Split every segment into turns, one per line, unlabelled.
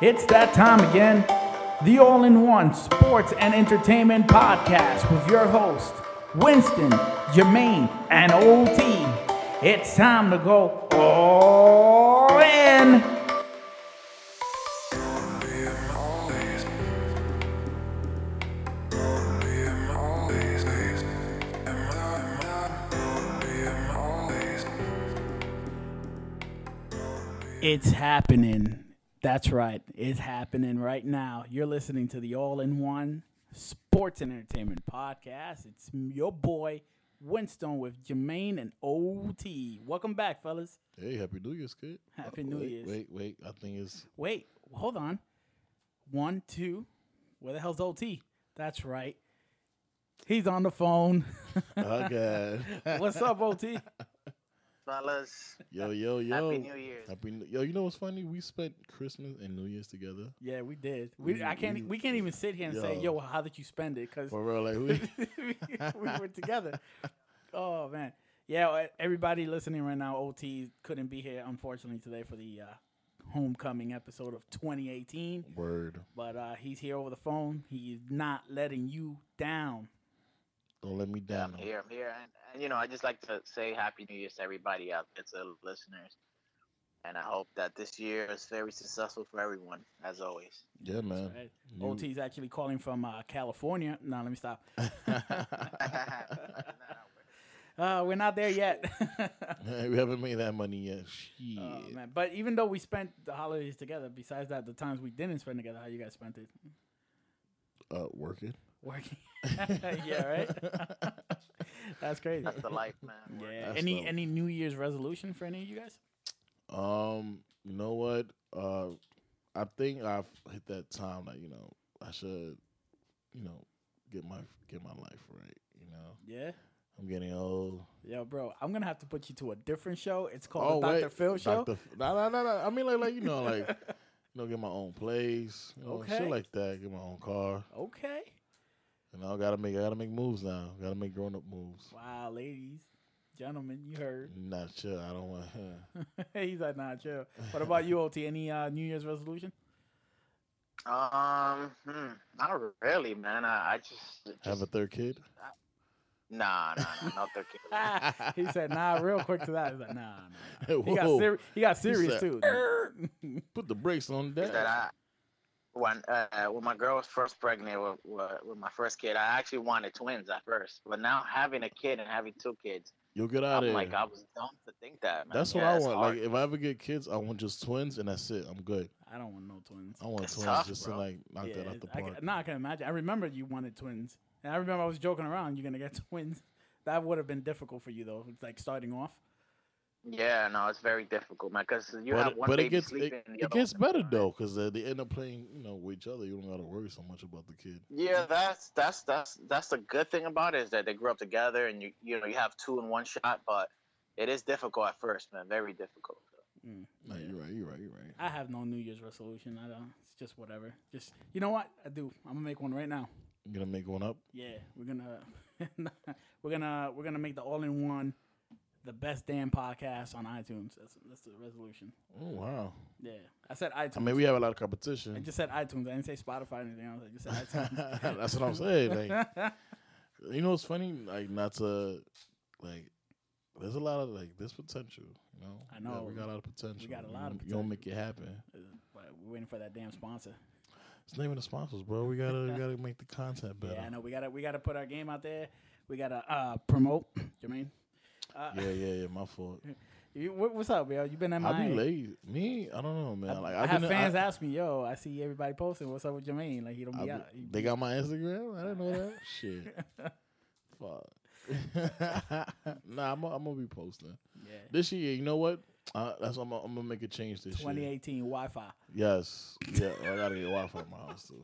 It's that time again. The All in One Sports and Entertainment Podcast with your host, Winston, Jermaine, and OT. It's time to go all in. It's happening. That's right. It's happening right now. You're listening to the All in One Sports and Entertainment Podcast. It's your boy, Winston, with Jermaine and OT. Welcome back, fellas.
Hey, happy New Year's, kid.
Happy New
wait,
Year's.
Wait, wait. I think it's
Wait, hold on. One, two. Where the hell's OT? That's right. He's on the phone.
oh god.
What's up, OT?
fellas.
yo, yo, yo.
Happy New Year's.
Happy New- yo. You know what's funny? We spent Christmas and New Year's together.
Yeah, we did. We I can't e, we can't even sit here and say,
Yo.
"Yo, how did you spend it?" Because
For real, like we.
we were together. Oh man, yeah. e- Everybody listening right now, OT couldn't be here unfortunately today for the uh, homecoming episode of 2018,
Word.
but uh, he's here over the phone. He's not letting you down.
Don't let me
Yeah, I'm
down.
here. I'm here. And, and, you know, I just like to say Happy New Year's to everybody out there, to the listeners. And I hope that this year is very successful for everyone, as always.
Yeah, man.
Right?
You-
OT's actually calling from uh, California. No, let me stop. Uh, we're not there yet.
we haven't made that money yet. Shit.
Oh, man. But even though we spent the holidays together, besides that, the times we didn't spend together, how you guys spent it?
uh, working.
Working. yeah, right? That's crazy.
That's the life, man. We're-
Yeah.
That's
any
dope.
any New Year's resolution for any of you guys?
Um, you know what? Uh, I think I've hit that time that you know I should, you know, get my get my life right. You know,
Yeah.
I'm getting old.
Yo, bro, I'm gonna have to put you to a different show. It's
Oh,
called the Dr. Phil show.
Dr. F- No, no, no, no. I mean, like, like you know, like, you know, get my own place, you know,
Okay.
shit like that. Get my own car.
Okay.
You know, I gotta make, I gotta make moves now. Gotta make grown up moves.
Wow, ladies, gentlemen, you heard.
Not sure. I don't want.
He's like, nah, chill. What about you, OT? Any uh, New Year's resolution?
Um, hmm, not really, man. I, I just, just
have a third kid.
nah, nah, nah, not the kid.
he said, nah, real quick to that. He's like, nah, nah. nah.
Hey,
He, got
whoa.
seri- he got serious
said,
too.
Put the brakes on
is that
that.
I, when uh, when my girl was first pregnant with, with, with my first kid, I actually wanted twins at first, but now having a kid and having two kids,
You'll get out of
I'm
here.
like I was dumb to think that. Man.
that's
Yeah,
what I
it's
want.
hard.
Like, if I ever get kids, I want just twins, and that's it. I'm good.
I don't want no twins.
I want
It's
twins
tough,
just
bro.
to like knock that out the
I,
park.
ca- nah, I can imagine. I remember you wanted twins, and I remember I was joking around. You're gonna get twins. That would have been difficult for you though. Like starting off.
yeah, no, it's very difficult, man, because you
but
have
it,
one
but
baby
it gets
sleeping.
it,
and the
it
other one
gets better
doesn't.
though, because they end up playing you know with each other. You don't gotta worry so much about the kid.
Yeah, that's that's that's that's the good thing about it is that they grew up together, and you you know you have two in one shot, but it is difficult at first, man, very difficult.
Mm,
No,
yeah.
you're right. You're right. You're right.
I have no New Year's resolution. I don't. It's just whatever. Just you know what I do. I'm gonna make one right now.
You gonna make one up?
Yeah, we're gonna we're gonna we're gonna make the all in one, the best damn podcast on iTunes. That's that's the resolution.
Oh wow!
Yeah, I said iTunes.
I mean, we have a lot of
I
competition.
just said iTunes. I didn't say Spotify or anything else. I just said iTunes.
That's what I'm saying. Like, you know, what's funny. Like, not to like. There's a lot of like this potential. You know.
I
Yeah,
know.
we got a lot of potential.
got a
You
lot
don't-
of
You don't make it happen.
but we're waiting for that damn sponsor.
It's naming the sponsors, bro. We gotta we gotta make the content better.
Yeah, I know. We gotta we gotta put our game out there. We gotta uh, promote. Jermaine, uh,
Yeah, yeah, yeah. My fault.
you, what, what's up, yo? You been at
I
my.
be late. Me, I don't know, man. like
I have
been-
fans
I-
ask me, yo. I see everybody posting. What's up with Jermaine? Like he don't
I
be
be-
out. He-
they got my Instagram. I didn't know that. Shit. Fuck. nah, I'm gonna I'm gonna be posting
yeah.
this year. You know what? Uh, that's I'm gonna, I'm gonna make a change this year.
2018 Wi-Fi.
Yes. Yeah, I gotta get Wi Fi in my house too.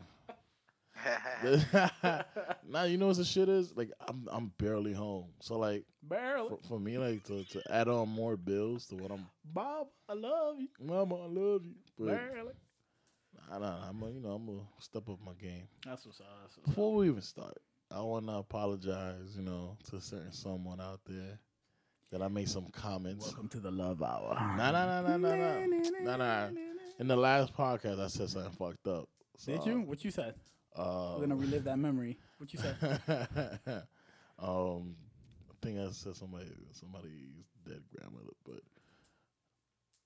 now you know what the shit is? Like I'm I'm barely home. So like
Barely.
for, for me like to, to add on more bills to what I'm
Bob, I love you.
Mama, I love you. But
Barely.
I don't know, I'm a, you know, I'm gonna step up my game.
That's what's up. That's what's up.
Before we even start, I wanna apologize, you know, to certain someone out there that I made some comments.
Welcome to the Love Hour.
Nah nah nah nah nah nah. nah nah. In the last podcast, I said something fucked up. So,
Did you? What you said?
Uh,
We're gonna relive that memory. What you said?
um, I think I said somebody somebody's dead grandmother, but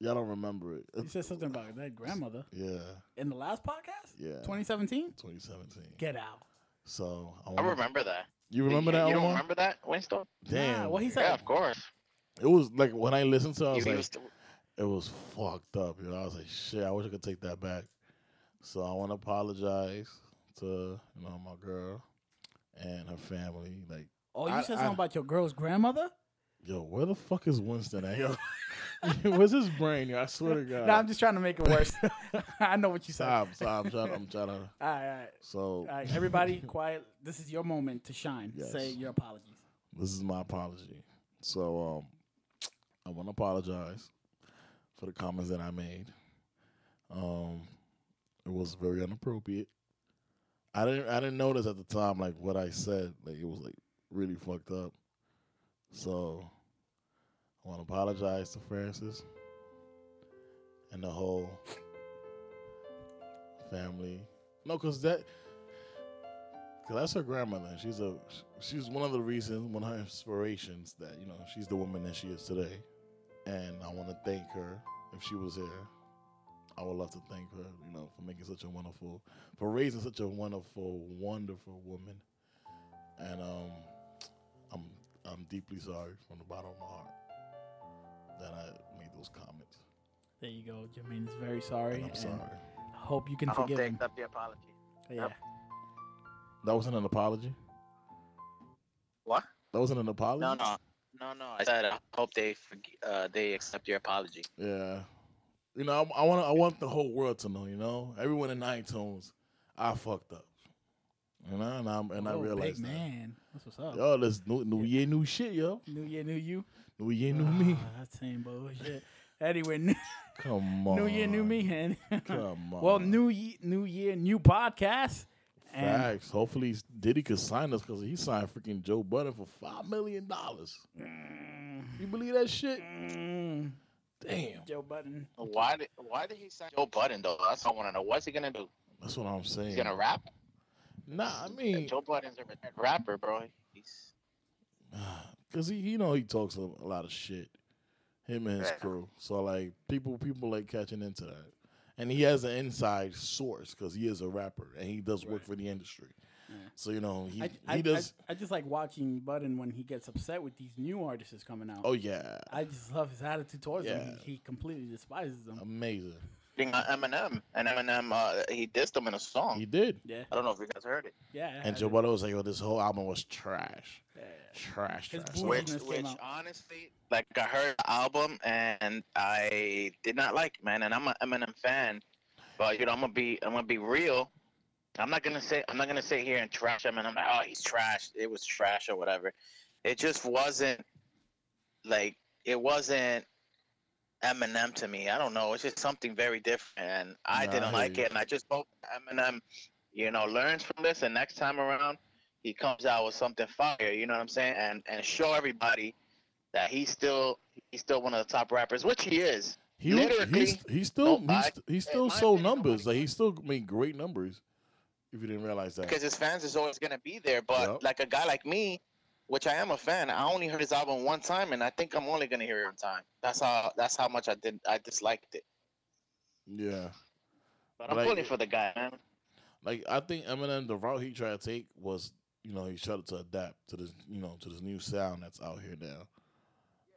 y'all don't remember it.
You said something about that grandmother
yeah,
in the last podcast,
yeah.
2017.
2017.
Get out.
So
I
wanna-
remember that.
You remember that
You don't
Omar?
remember that, Winston?
Damn.
Nah, what he said?
Yeah, of course.
It was like when I listened to, it, I was
You- you
like,
was-
it was fucked up. You know, I was like, shit. I wish I could take that back. So I want to apologize to you know my girl and her family. Like,
Oh, you
I-
said
I-
something about your girl's grandmother?
yo, where the fuck is Winston at? Yo, where's his brain? Yo, I swear to
No,
God.
I'm just trying to make it worse. I know what you said.
Stop, stop. I'm trying. I'm trying to.
All right, all right.
So
All right, everybody, quiet. This is your moment to shine.
Yes.
Say your apologies.
this is my apology. So um, I want to apologize for the comments that I made. Um, it was very inappropriate. I didn't I didn't notice at the time like what I said like it was like really fucked up. So I want to apologize to Francis and the whole family. No, cause that Cause that's her grandmother. and She's a she's one of the reasons, one of her inspirations that you know she's the woman that she is today. And I want to thank her. If she was here, I would love to thank her. You know for making such a wonderful, for raising such a wonderful, wonderful woman. And um, I'm I'm deeply sorry from the bottom of my heart that I made those comments.
There you go. Jermaine is very sorry.
And I'm
and
sorry.
Hope you can
I hope
forgive
they
him.
accept the apology.
Yeah.
That wasn't an apology.
What?
That wasn't an apology.
No, no, no, no. I said I hope they forg- uh, they accept your apology.
Yeah, you know, I, I want I want the whole world to know. You know, everyone in iTunes, I fucked up. You know, and I'm and I
Whoa,
realized
Oh, big man. That's what's up.
that. Yo, this new new year, new shit, yo.
New year, new you.
New year, new me.
Ah, that same bullshit. Anyway, new,
Come on.
Ah, new year, new me. And
Come on.
well, new ye- new year, new podcast. And
Facts. Hopefully Diddy could sign us because he signed freaking Joe Budden for five million dollars. You believe that shit?
Mm,
Damn.
Joe Button.
Why did Why did he sign Joe Budden though? That's what I want to know. What's he gonna do?
That's what I'm saying.
He's gonna rap.
Nah, I mean,
Joe Budden's a retired rapper, bro. He's
Cause he, you know, he talks a, a lot of shit. Him and his
Yeah.
crew. So like people, people like catching into that, and he has an inside source because he is a rapper and he does work
Right.
for the industry.
Yeah.
So you know he
I,
he
I,
does.
I, I just like watching Button when he gets upset with these new artists that's coming out.
oh yeah,
I just love his attitude towards them.
Yeah. Um,
He, he completely despises them.
amazing.
being on Eminem, and Eminem uh, he dissed him in a song.
He did.
yeah,
I don't know if you guys heard it.
yeah.
And
I-
Joe Budden was like, "Yo, this whole album was trash,
yeah.
trash,
His
trash."
bougie-
Like,
Which,
Goodness came
which
out.
honestly, like I heard the album and I did not like, it, man. And I'm an Eminem fan, but you know I'm gonna be I'm gonna be real. I'm not gonna say I'm not gonna sit here and trash him. And I'm like, oh, he's trash. It was trash or whatever. It just wasn't like it wasn't Eminem to me. I don't know. It's just something very different, and I
Nah, I
didn't
hear
like
you.
it. And I just hope Eminem, you know, learns from this, and next time around he comes out with something fire. You know what I'm saying? And and show everybody that he's still he's still one of the top rappers, which he is.
he was-
lyrically,
he's, he still
nobody-
he's, he still
my
sold
opinion,
numbers.
nobody-
Like he still made great numbers. If you didn't realize that,
because his fans is always gonna be there. But
Yep.
like a guy like me, which I am a fan, I only heard his album one time, and I think I'm only gonna hear it one time. That's how that's how much I did I disliked it.
yeah.
But I'm
Like-
pulling for the guy, man.
like I think Eminem, the route he tried to take was, you know, he tried to adapt to this, you know, to this new sound that's out here now.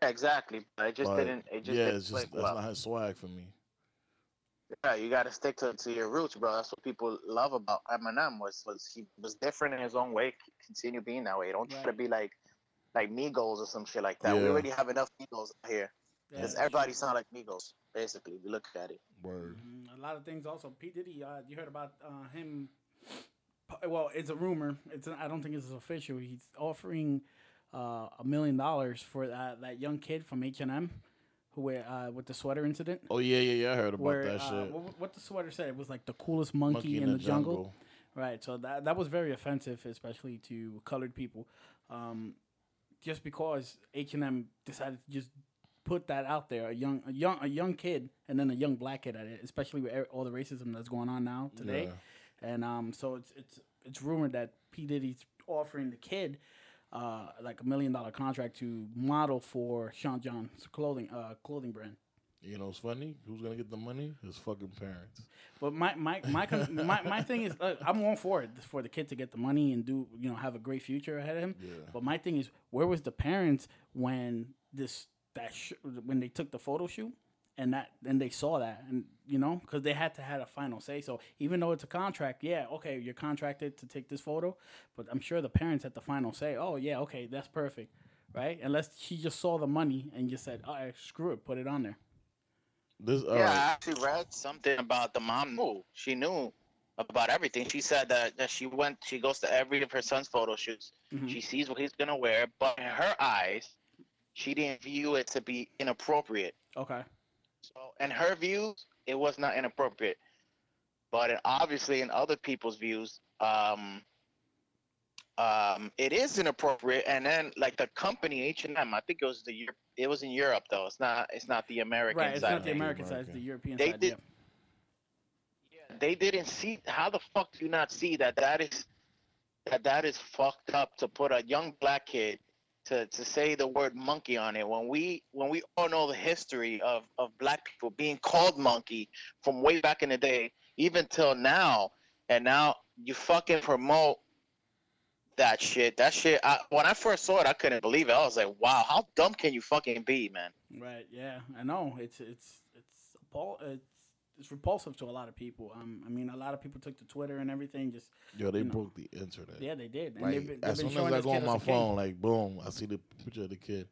Yeah, exactly. But it just
But,
didn't. It just
yeah,
didn't
it's
click
just that's
well.
not his swag for me.
Yeah, you gotta stick to, to your roots, bro. That's what people love about Eminem was was he was different in his own way. c- Continue being that way. Don't try to
Right.
be like like Migos or some shit like that. We
Yeah.
already have enough Migos out here.
Yeah.
Because everybody sound like Migos, basically. If you look at it.
Word.
Mm, A lot of things also. P Diddy, uh, you heard about uh, him. p- Well, it's a rumor. It's I don't think it's official. He's offering uh, a million dollars for that, that young kid from H and M, who wear, uh, with the sweater incident.
Oh yeah, yeah, yeah. I heard about
where
that
uh,
shit.
What, what the sweater said it was like the coolest monkey, in, the, jungle. Right. So that that was very offensive, especially to colored people, um, just because H and M decided to just put that out there. A young, a young, a young kid, and then a young black kid at it, especially with er- all the racism that's going on now today. And um, so it's it's it's rumored that P Diddy's offering the kid uh, like a million dollar contract to model for Sean John's clothing uh, clothing brand.
You know, it's funny. Who's gonna get the money? His fucking parents.
But my my my con- my, my thing is, uh, I'm all for it for the kid to get the money and do you know have a great future ahead of him.
Yeah.
But my thing is, where was the parents when this that sh- when they took the photo shoot and that and they saw that and you know because they had to had a final say. So even though it's a contract, yeah, okay, you're contracted to take this photo, but I'm sure the parents had the final say. Oh yeah, okay, that's perfect, right? Unless she just saw the money and just said, all right, screw it, put it on there.
This all
Oh, yeah,
right.
I actually read something about the mom knew. She knew about everything. She said that, that she went, she goes to every of her son's photo shoots.
Mhm.
She sees what he's gonna wear, but in her eyes, she didn't view it to be inappropriate.
Okay.
So in her views, it was not inappropriate. But it, obviously, in other people's views, um, um, it is inappropriate. And then, like the company H and M, I think it was the Europe, it was in Europe though. It's not. It's not the American
right, it's
side.
not the
thing.
American side,
American.
it's the European
They
side.
did-
yeah.
Yeah, they didn't see. How the fuck do you not see that? That is that that is fucked up to put a young black kid to, to say the word monkey on it when we when we all know the history of, of black people being called monkey from way back in the day even till now and now you fucking promote that shit that shit I, when i first saw it i couldn't believe it i was like wow how dumb can you fucking be man
Right. Yeah, I know. It's it's it's appall- it's it's repulsive to a lot of people. Um, I mean, a lot of people took to Twitter and everything. Just
Yo, they
you know.
broke the internet.
yeah, they did. And
Like,
they've been, they've
as
been
soon
showing
as I
this
go on
kid
my
as a king.
phone, like boom, I see the picture of the kid.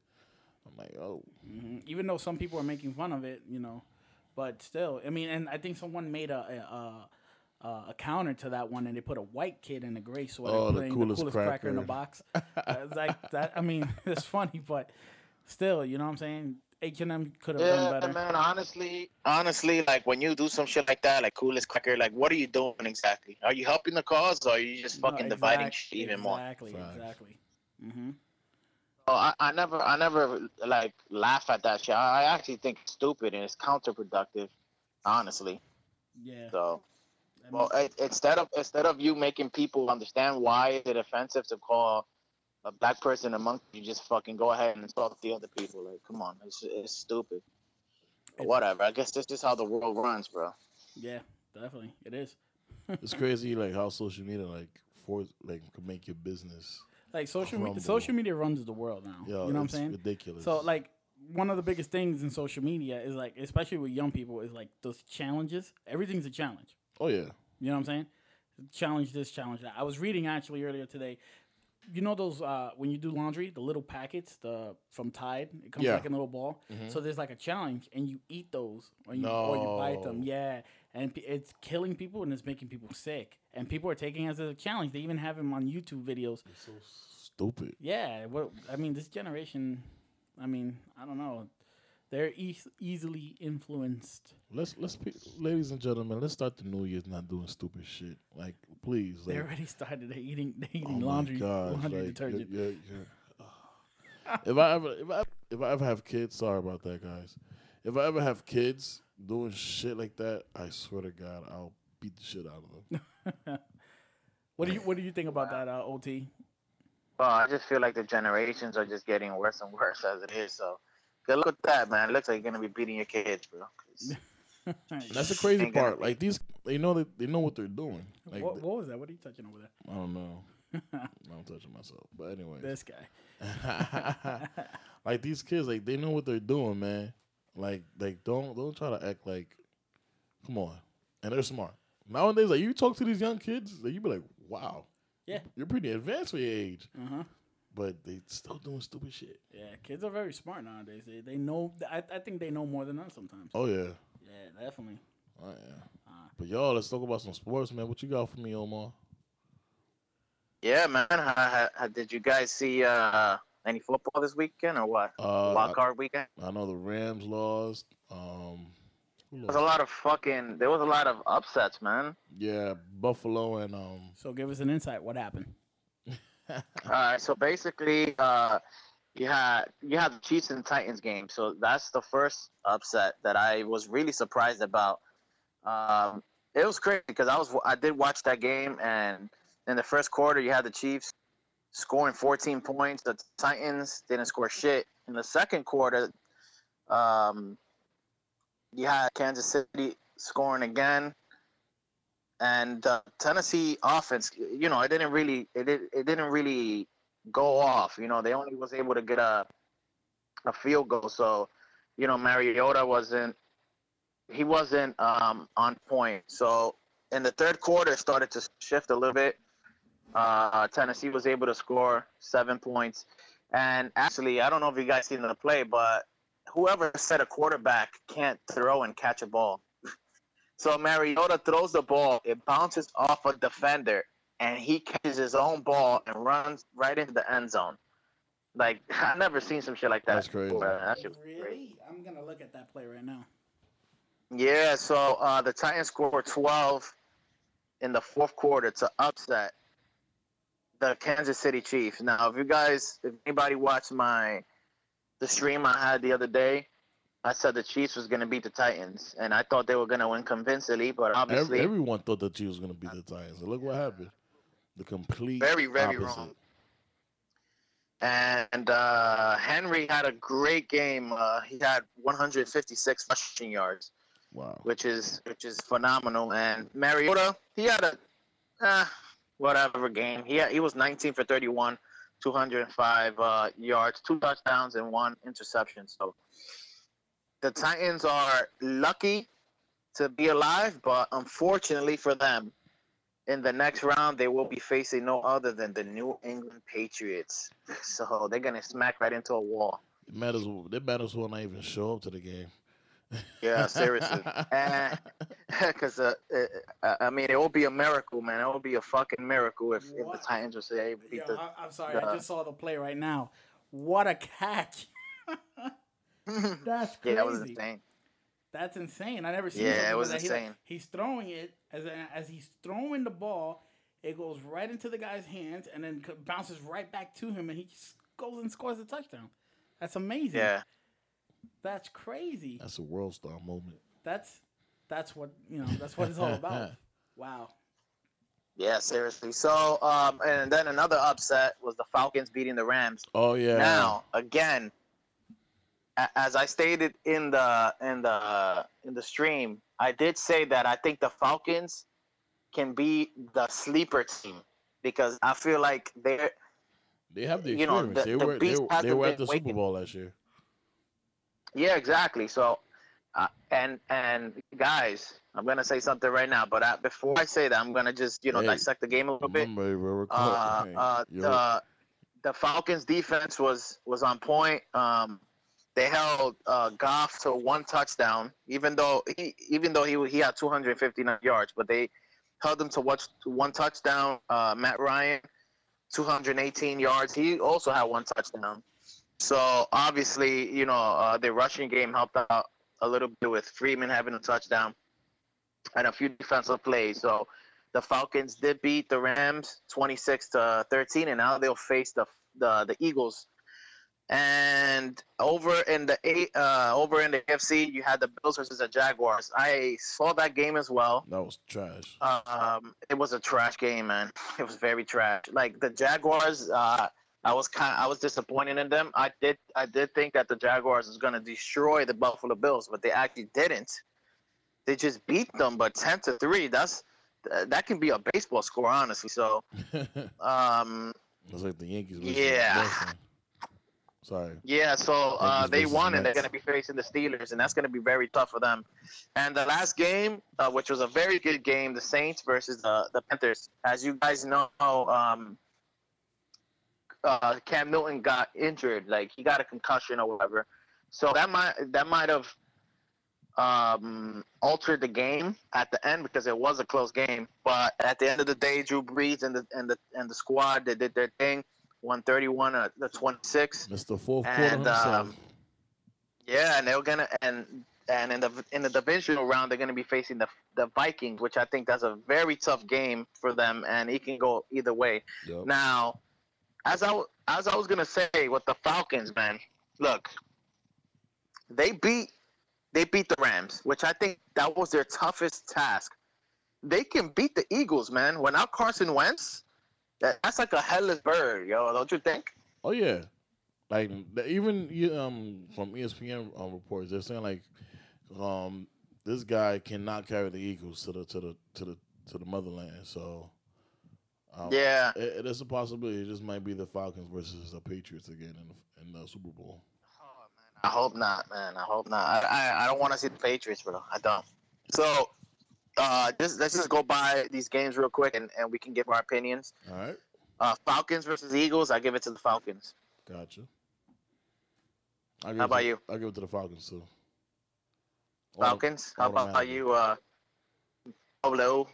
I'm like, oh,
Mhm. Even though some people are making fun of it, you know, but still, I mean, and I think someone made a a, a, a counter to that one, and they put a white kid in a gray sweater
Oh, the
playing
coolest
the coolest cracker. in the
cracker.
box. It's like that. I mean, it's funny, but still, you know what I'm saying. H and M could have done better.
man. Honestly, honestly, like when you do some shit like that, like coolest cracker, like what are you doing exactly? Are you helping the cause, or are you just
No,
fucking dividing
exact-
shit even more?
Exactly.
Facts.
Exactly. Mm-hmm.
Oh, I, I never, I never like laugh at that shit. I, I actually think it's stupid and it's counterproductive, honestly.
Yeah.
So,
I mean-
well, it, instead of instead of you making people understand why is it offensive to call a black person a monkey, you just fucking go ahead and insult the other people. Like, come on, it's it's stupid. But
It-
Whatever. I guess this is how the world runs, bro.
Yeah, definitely. It is.
it's crazy. Like how social media like for like could make your business.
Like social media
Crumble.
social media runs the world now.
Yo,
you know what I'm
it's
saying?
Ridiculous.
So like one of the biggest things in social media is like especially with young people is like those challenges. Everything's a challenge.
oh yeah,
You know what I'm saying? Challenge this, challenge that. I was reading actually earlier today. You know those uh, when you do laundry, the little packets, the from Tide, it comes
Yeah. Mm-hmm.
like in a little ball. So there's like a challenge, and you eat those, or you, or you bite them.
No.
Yeah, and p- it's killing people, and it's making people sick. And people are taking it as a challenge. They even have them on YouTube videos.
so stupid.
Yeah, what I mean, this generation. I mean, I don't know. They're eas easily influenced.
Let's let's, pe- ladies and gentlemen, let's start the new year's not doing stupid shit. Like, please,
They
like,
already started. They eating. They
oh
eating
my
laundry,
gosh,
laundry
like, you're-
detergent.
you're- you're- if I ever, if I, if I ever have kids, sorry about that, guys. If I ever have kids doing shit like that, I swear to God, I'll beat the shit out of them.
What do you What do you think about that, uh, Ot?
Well, I just feel like the generations are just getting worse and worse as it is. So, good luck with that, man. It looks like you're gonna be beating your kids, bro. 'Cause-
And that's the crazy
Ain't gonna
part.
be.
Like these, they know that they know what they're doing. Like,
what, what was that? What are you touching over there?
I don't know. I'm touching myself, but anyway,
This guy.
like these kids, like they know what they're doing, man. Like, like don't don't try to act like, come on. And they're smart nowadays. Like you talk to these young kids, like, you be like, wow,
Yeah.
you're pretty advanced for your age,
Uh huh.
but they still doing stupid shit.
Yeah, kids are very smart nowadays. They, they know. I, I think they know more than us sometimes.
Oh yeah,
Yeah, definitely.
oh yeah.
Uh,
But y'all, let's talk about some sports, man. What you got for me, Omar?
Yeah, man. How, how, did you guys see uh, any football this weekend or what?
Uh,
Wild card weekend.
I, I know the Rams lost. Um, who
There was
lost?
a lot of fucking. There was a lot of upsets, man.
Yeah, Buffalo and um.
so give us an insight. What happened?
All right. So basically, uh, you had you had the Chiefs and Titans game, so that's the first upset that I was really surprised about. Um, it was crazy because I was I did watch that game, and in the first quarter you had the Chiefs scoring 14 points. The Titans didn't score shit. In the second quarter, um, you had Kansas City scoring again, and uh, Tennessee offense. You know, it didn't really it did, it didn't really go off. You know, they only was able to get a a field goal. So, you know, Mariota wasn't he wasn't um, on point. So in the third quarter, it started to shift a little bit. Uh, Tennessee was able to score seven points, and actually, I don't know if you guys seen the play, but whoever said a quarterback can't throw and catch a ball. so Mariota throws the ball, it bounces off a defender, and he catches his own ball and runs right into the end zone. Like I've never seen some shit like that.
That's crazy.
before, man. That shit was
really?
crazy.
I'm gonna look at that play right now.
Yeah, so uh, the Titans scored 12 in the fourth quarter to upset the Kansas City Chiefs. Now, if you guys, if anybody watched my the stream I had the other day, I said the Chiefs was going to beat the Titans, and I thought they were going to win convincingly, but obviously,
Every, everyone thought that Chiefs was going to beat the Titans. And look what happened. The complete
very, very
opposite.
wrong. And uh, Henry had a great game. Uh, he had 156 rushing yards.
Wow.
which is which is phenomenal. And Mariota, he had a uh, whatever game. He had, he was 19 for 31, 205 uh, yards, two touchdowns, and one interception. So the Titans are lucky to be alive, but unfortunately for them, in the next round they will be facing no other than the New England Patriots. So they're gonna smack right into a wall.
It matters. It matters when I even show up to the game.
Yeah, seriously. Eh. Because uh, uh, I mean, it will be a miracle, man. It will be a fucking miracle if, if the
What?
Titans will say, "Hey, beat
Yo,
the."
I, I'm sorry, I
the-
just saw the play right now. What a catch! That's
yeah,
crazy.
that was insane.
That's insane. I never seen.
Yeah, it
something
was
like that. He, like,
insane.
he's throwing it as as he's throwing the ball, it goes right into the guy's hands and then c- bounces right back to him, and he s- goes and scores a touchdown. That's amazing.
Yeah,
That's crazy.
That's a world star moment.
That's that's what you know. That's what it's all about. wow.
yeah, seriously. So, um, and then another upset was the Falcons beating the Rams.
Oh yeah.
Now, again, a- as I stated in the in the in the stream, I did say that I think the Falcons can be the sleeper team because I feel like they're
They have the
you know,
experience.
the-
they
the
were they
beast
were, they
hasn't
were at
been
the Super
wakened.
Bowl last year.
Yeah, exactly. So, uh, and and guys, I'm gonna say something right now, but I, before I say that, I'm gonna just you know
Hey,
dissect the game a little bit.
Remember, we're
Uh,
recording.
uh,
You're-
the, the Falcons defense was was on point. Um, they held uh, Goff to one touchdown, even though he even though he he had 259 yards, but they held him to one, to one touchdown. Uh, Matt Ryan, 218 yards. He also had one touchdown. So obviously, you know, uh, the rushing game helped out a little bit with Freeman having a touchdown and a few defensive plays. So the Falcons did beat the Rams 26 to 13, and now they'll face the the, the Eagles. And over in the A- uh, over in the AFC, you had the Bills versus the Jaguars. I saw that game as well.
that was trash.
Um, it was a trash game, man. It was very trash. Like the Jaguars, uh, I was kind, I was disappointed in them. I did, I did think that the Jaguars was gonna destroy the Buffalo Bills, but they actually didn't. They just beat them, but ten to three. That's th- that can be a baseball score, honestly. So,
it's
um,
like the Yankees. versus
Yeah.
Boston. Sorry.
Yeah, so uh,
Yankees
they
versus
won, and
Mets.
they're going to be facing the Steelers, and that's going to be very tough for them. And the last game, uh, which was a very good game, the Saints versus the, the Panthers. As you guys know, um, uh, Cam Newton got injured, like he got a concussion or whatever. So that might that might have um, altered the game at the end because it was a close game. But at the end of the day, Drew Brees and the and the and the squad they did their thing, one thirty one uh, the twenty six.
Mr. Fourth Quarter
And,
himself.
um, Yeah, and they're gonna and and in the in the divisional round they're gonna be facing the the Vikings, which I think that's a very tough game for them, and it can go either way.
Yup.
Now, as I w- as I was gonna say with the Falcons, man. Look, they beat they beat the Rams, which I think that was their toughest task. They can beat the Eagles, man. When out Carson Wentz, that, that's like a hellish bird, yo. Don't you think?
Oh yeah, like the- even you- um from ESPN um, reports, they're saying like um this guy cannot carry the Eagles to the to the to the to the motherland. So um,
Yeah.
it, it is a possibility. It just might be the Falcons versus the Patriots again in the, in the Super Bowl.
I hope not, Oh, man. I hope not. I I, I don't want to see the Patriots, bro. I don't. So, uh, just let's just go by these games real quick, and, and we can give our opinions.
All right,
Uh, Falcons versus Eagles. I give it to the Falcons.
gotcha. I give
How
it
about
to,
you?
I give it to the Falcons too. Hold on.
Falcons. How about
automatically.
you? Uh, W.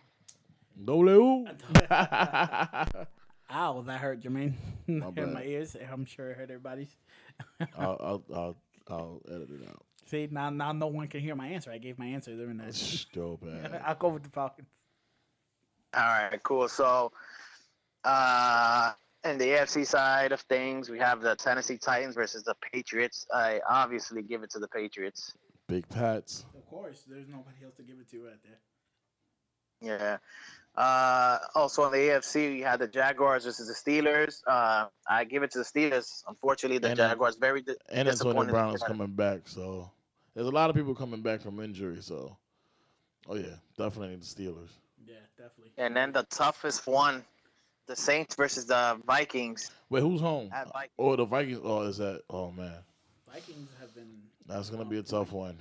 W.
Ow, that hurt, Jermaine. My,
bad.
my ears. I'm sure it hurt everybody's.
I'll, I'll I'll I'll edit it out.
See, now now no one can hear my answer. I gave my answer during that.
Dope ass.
I'll go with the Falcons.
All right, cool. So, uh, in the AFC side of things, we have the Tennessee Titans versus the Patriots. I obviously give it to the Patriots.
Big Pats.
Of course, there's nobody else to give it to right there.
Yeah. Uh, also in the AFC, we had the Jaguars versus the Steelers. Uh, I give it to the Steelers. Anfortunately, the
And, uh,
Jaguars very di-
And Antonio
disappointed.
Brown is coming back, so there's a lot of people coming back from injury. So, oh yeah, definitely the Steelers.
Yeah, definitely.
And then the toughest one, the Saints versus the Vikings.
Wait, who's home?
At Vikings.
Oh, the Vikings. Oh, is that? Oh man,
Vikings have been.
that's gonna be a tough one.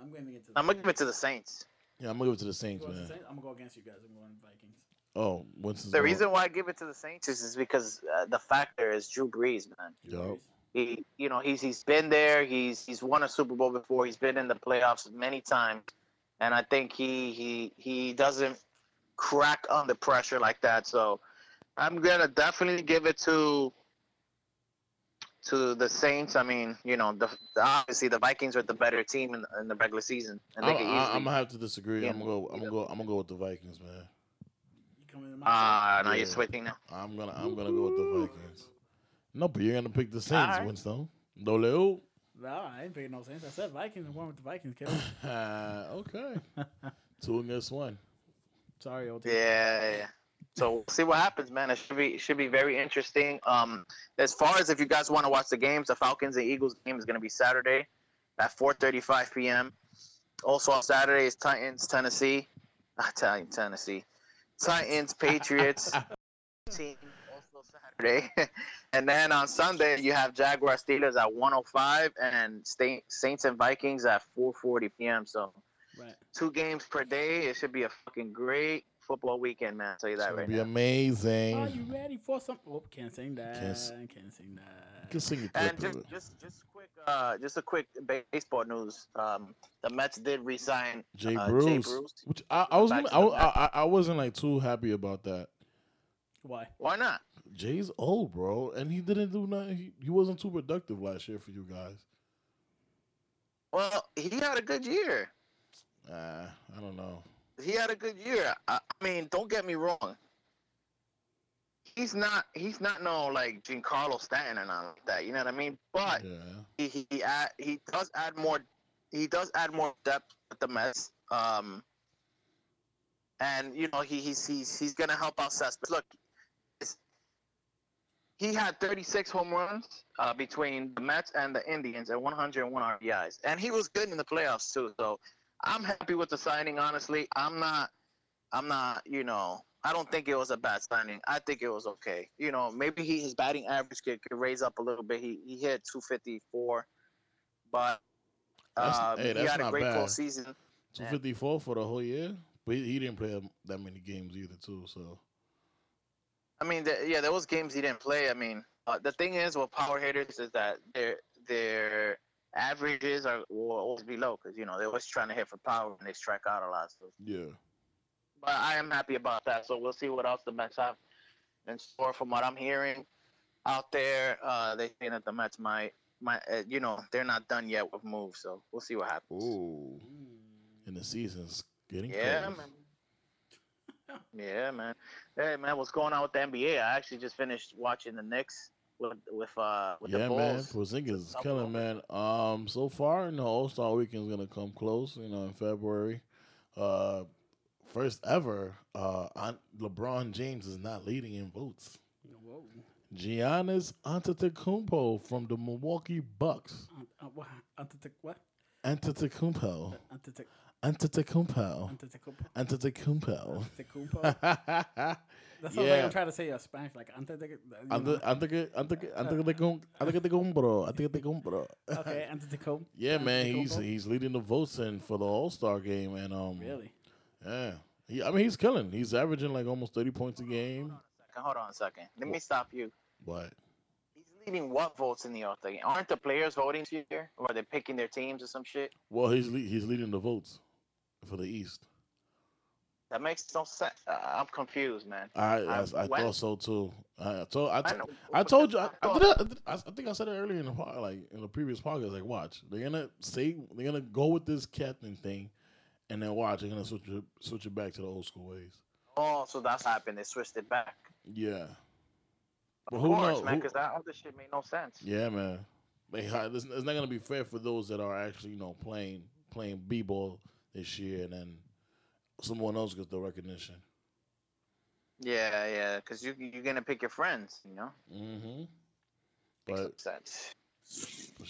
I'm going to get to. The
I'm gonna give it to the Saints.
Yeah, I'm gonna give it to the Saints,
Go with the
man.
Saints. I'm gonna go against you guys. I'm going Vikings.
Oh, Winston's
The
going-
reason why I give it to the Saints is, is because uh, the factor is Drew Brees, man.
Yup.
He, you know, he's he's been there. He's he's won a Super Bowl before. He's been in the playoffs many times, and I think he he he doesn't crack under pressure like that. So I'm gonna definitely give it to to the Saints. I mean, you know, the obviously the Vikings were the better team in, in the regular season, and they
I'm,
could
Oh, I-
easily.
I'm gonna have to disagree.
Yeah.
I'm gonna go. I'm gonna go. I'm gonna go with the Vikings, man.
You coming to my side?
Ah, now
Yeah.
you're switching now.
I'm gonna. I'm gonna go with the Vikings. No, but you're gonna pick the Saints,
right.
Winston. oh, Dole.
No, I ain't picking no Saints. I said Vikings. I'm going with the Vikings, Kevin.
okay. Two against one.
Sorry, old.
Yeah, yeah, yeah. So we'll see what happens, man. It should be it should be very interesting. Um, as far as if you guys want to watch the games, the Falcons and Eagles game is going to be Saturday at 4:35 p.m. Also on Saturday is Titans Tennessee, I tell you, Tennessee, Titans Patriots team also Saturday, and then on Sunday you have Jaguar Steelers at 1:05 and Sta- Saints and Vikings at 4:40 p.m. So
Right.
two games per day. It should be a fucking great football weekend, man. I'll tell you
It's
that
gonna
right
be
now.
amazing.
Are you ready for some? Oh, can't sing that.
Can't
Can't,
s-
sing that.
can sing a clip
And
of
just
it.
just just quick uh just a quick ba- baseball news. Um the Mets did resign
Jay,
uh,
Bruce,
Jay Bruce.
Which I, I was
Back
gonna,
to the
I, I I wasn't like too happy about that.
Why?
Why not?
Jay's old, bro, and he didn't do nothing. He, he wasn't too productive last year for you guys.
Well, he had a good year.
Uh, I don't know.
He had a good year. I, I mean, don't get me wrong. He's not he's not no like Giancarlo Stanton or nothing like that. You know what I mean? But
Yeah,
he he he, add, he does add more he does add more depth with the Mets. Um, and you know he he's he's he's gonna help out Cespedes. Look, it's, he had 36 home runs uh, between the Mets and the Indians and 101 RBIs, and he was good in the playoffs too. So I'm happy with the signing. Honestly, I'm not I'm not you know. I don't think it was a bad signing. I think it was okay. You know, maybe he, his batting average could, could raise up a little bit. He he hit 254, but
That's-
uh,
hey,
he
that's
had a
not
great
bad.
postseason.
two fifty four for the whole year, but he, he didn't play that many games either, too. So
I mean, th yeah, there was games he didn't play. I mean, uh, the thing is with power hitters is that their their averages are will always be low because you know they're always trying to hit for power and they strike out a lot. So,
yeah,
but I am happy about that. So we'll see what else the Mets have in store. From what I'm hearing out there, uh, they think that the Mets might might uh, you know they're not done yet with moves. So we'll see what happens.
Mm. oh, and the season's getting
Yeah,
close.
man. Yeah, man. Hey, man, what's going on with the NBA? I actually just finished watching the Knicks with with uh with
yeah,
the
man.
Bulls.
Porzingis is
Stop
killing, man. Um, so far, no All Star Weekend's gonna come close. You know, in February, uh, first ever, uh, An- LeBron James is not leading in votes.
Whoa.
Giannis Antetokounmpo from the Milwaukee Bucks.
Ant- uh, what? Antetek what?
Antetokounmpo.
Antetek
Antetokounmpo.
Antetokounmpo.
Antetokounmpo.
Antetokounmpo. That sounds like
Oh. yeah.
I'm trying to say a Spanish like Antetek.
Ante- Anteke- Anteke- Antetokoun- Antetokounmpo. Antetokounmpo.
okay, Antetokounmpo.
Yeah, man, he's
Antetokounmpo.
he's leading the votes in for the All Star game, and um,
really.
yeah, he, I mean he's killing. He's averaging like almost thirty points a game.
Hold on a second. Let me stop you.
But
He's leading what votes in the All-Star game? Aren't the players voting this year? Or they're picking their teams or some shit?
well, he's le- he's leading the votes for the East.
That makes no sense. Uh, I'm confused, man.
I I,
Um,
I
what?
thought so too. I I told I,
I
t-
know. Oh.
I told you. I, I, did I, did I, I think I said it earlier in the pod, like in the previous podcast. Like, watch, they're gonna say they're gonna go with this captain thing, and then watch they're gonna switch it, switch it back to the old school ways.
Oh, so that's what happened. They switched it back.
Yeah.
Of
But who
course,
know-
man,
who-
because that other shit made no sense.
Yeah, man. Like, how- it's, it's not gonna be fair for those that are actually, you know, playing playing b ball this year, and then someone else gets the recognition.
Yeah, yeah, because you, you're going to pick your friends, you know?
Mm-hmm.
Makes
But
no sense.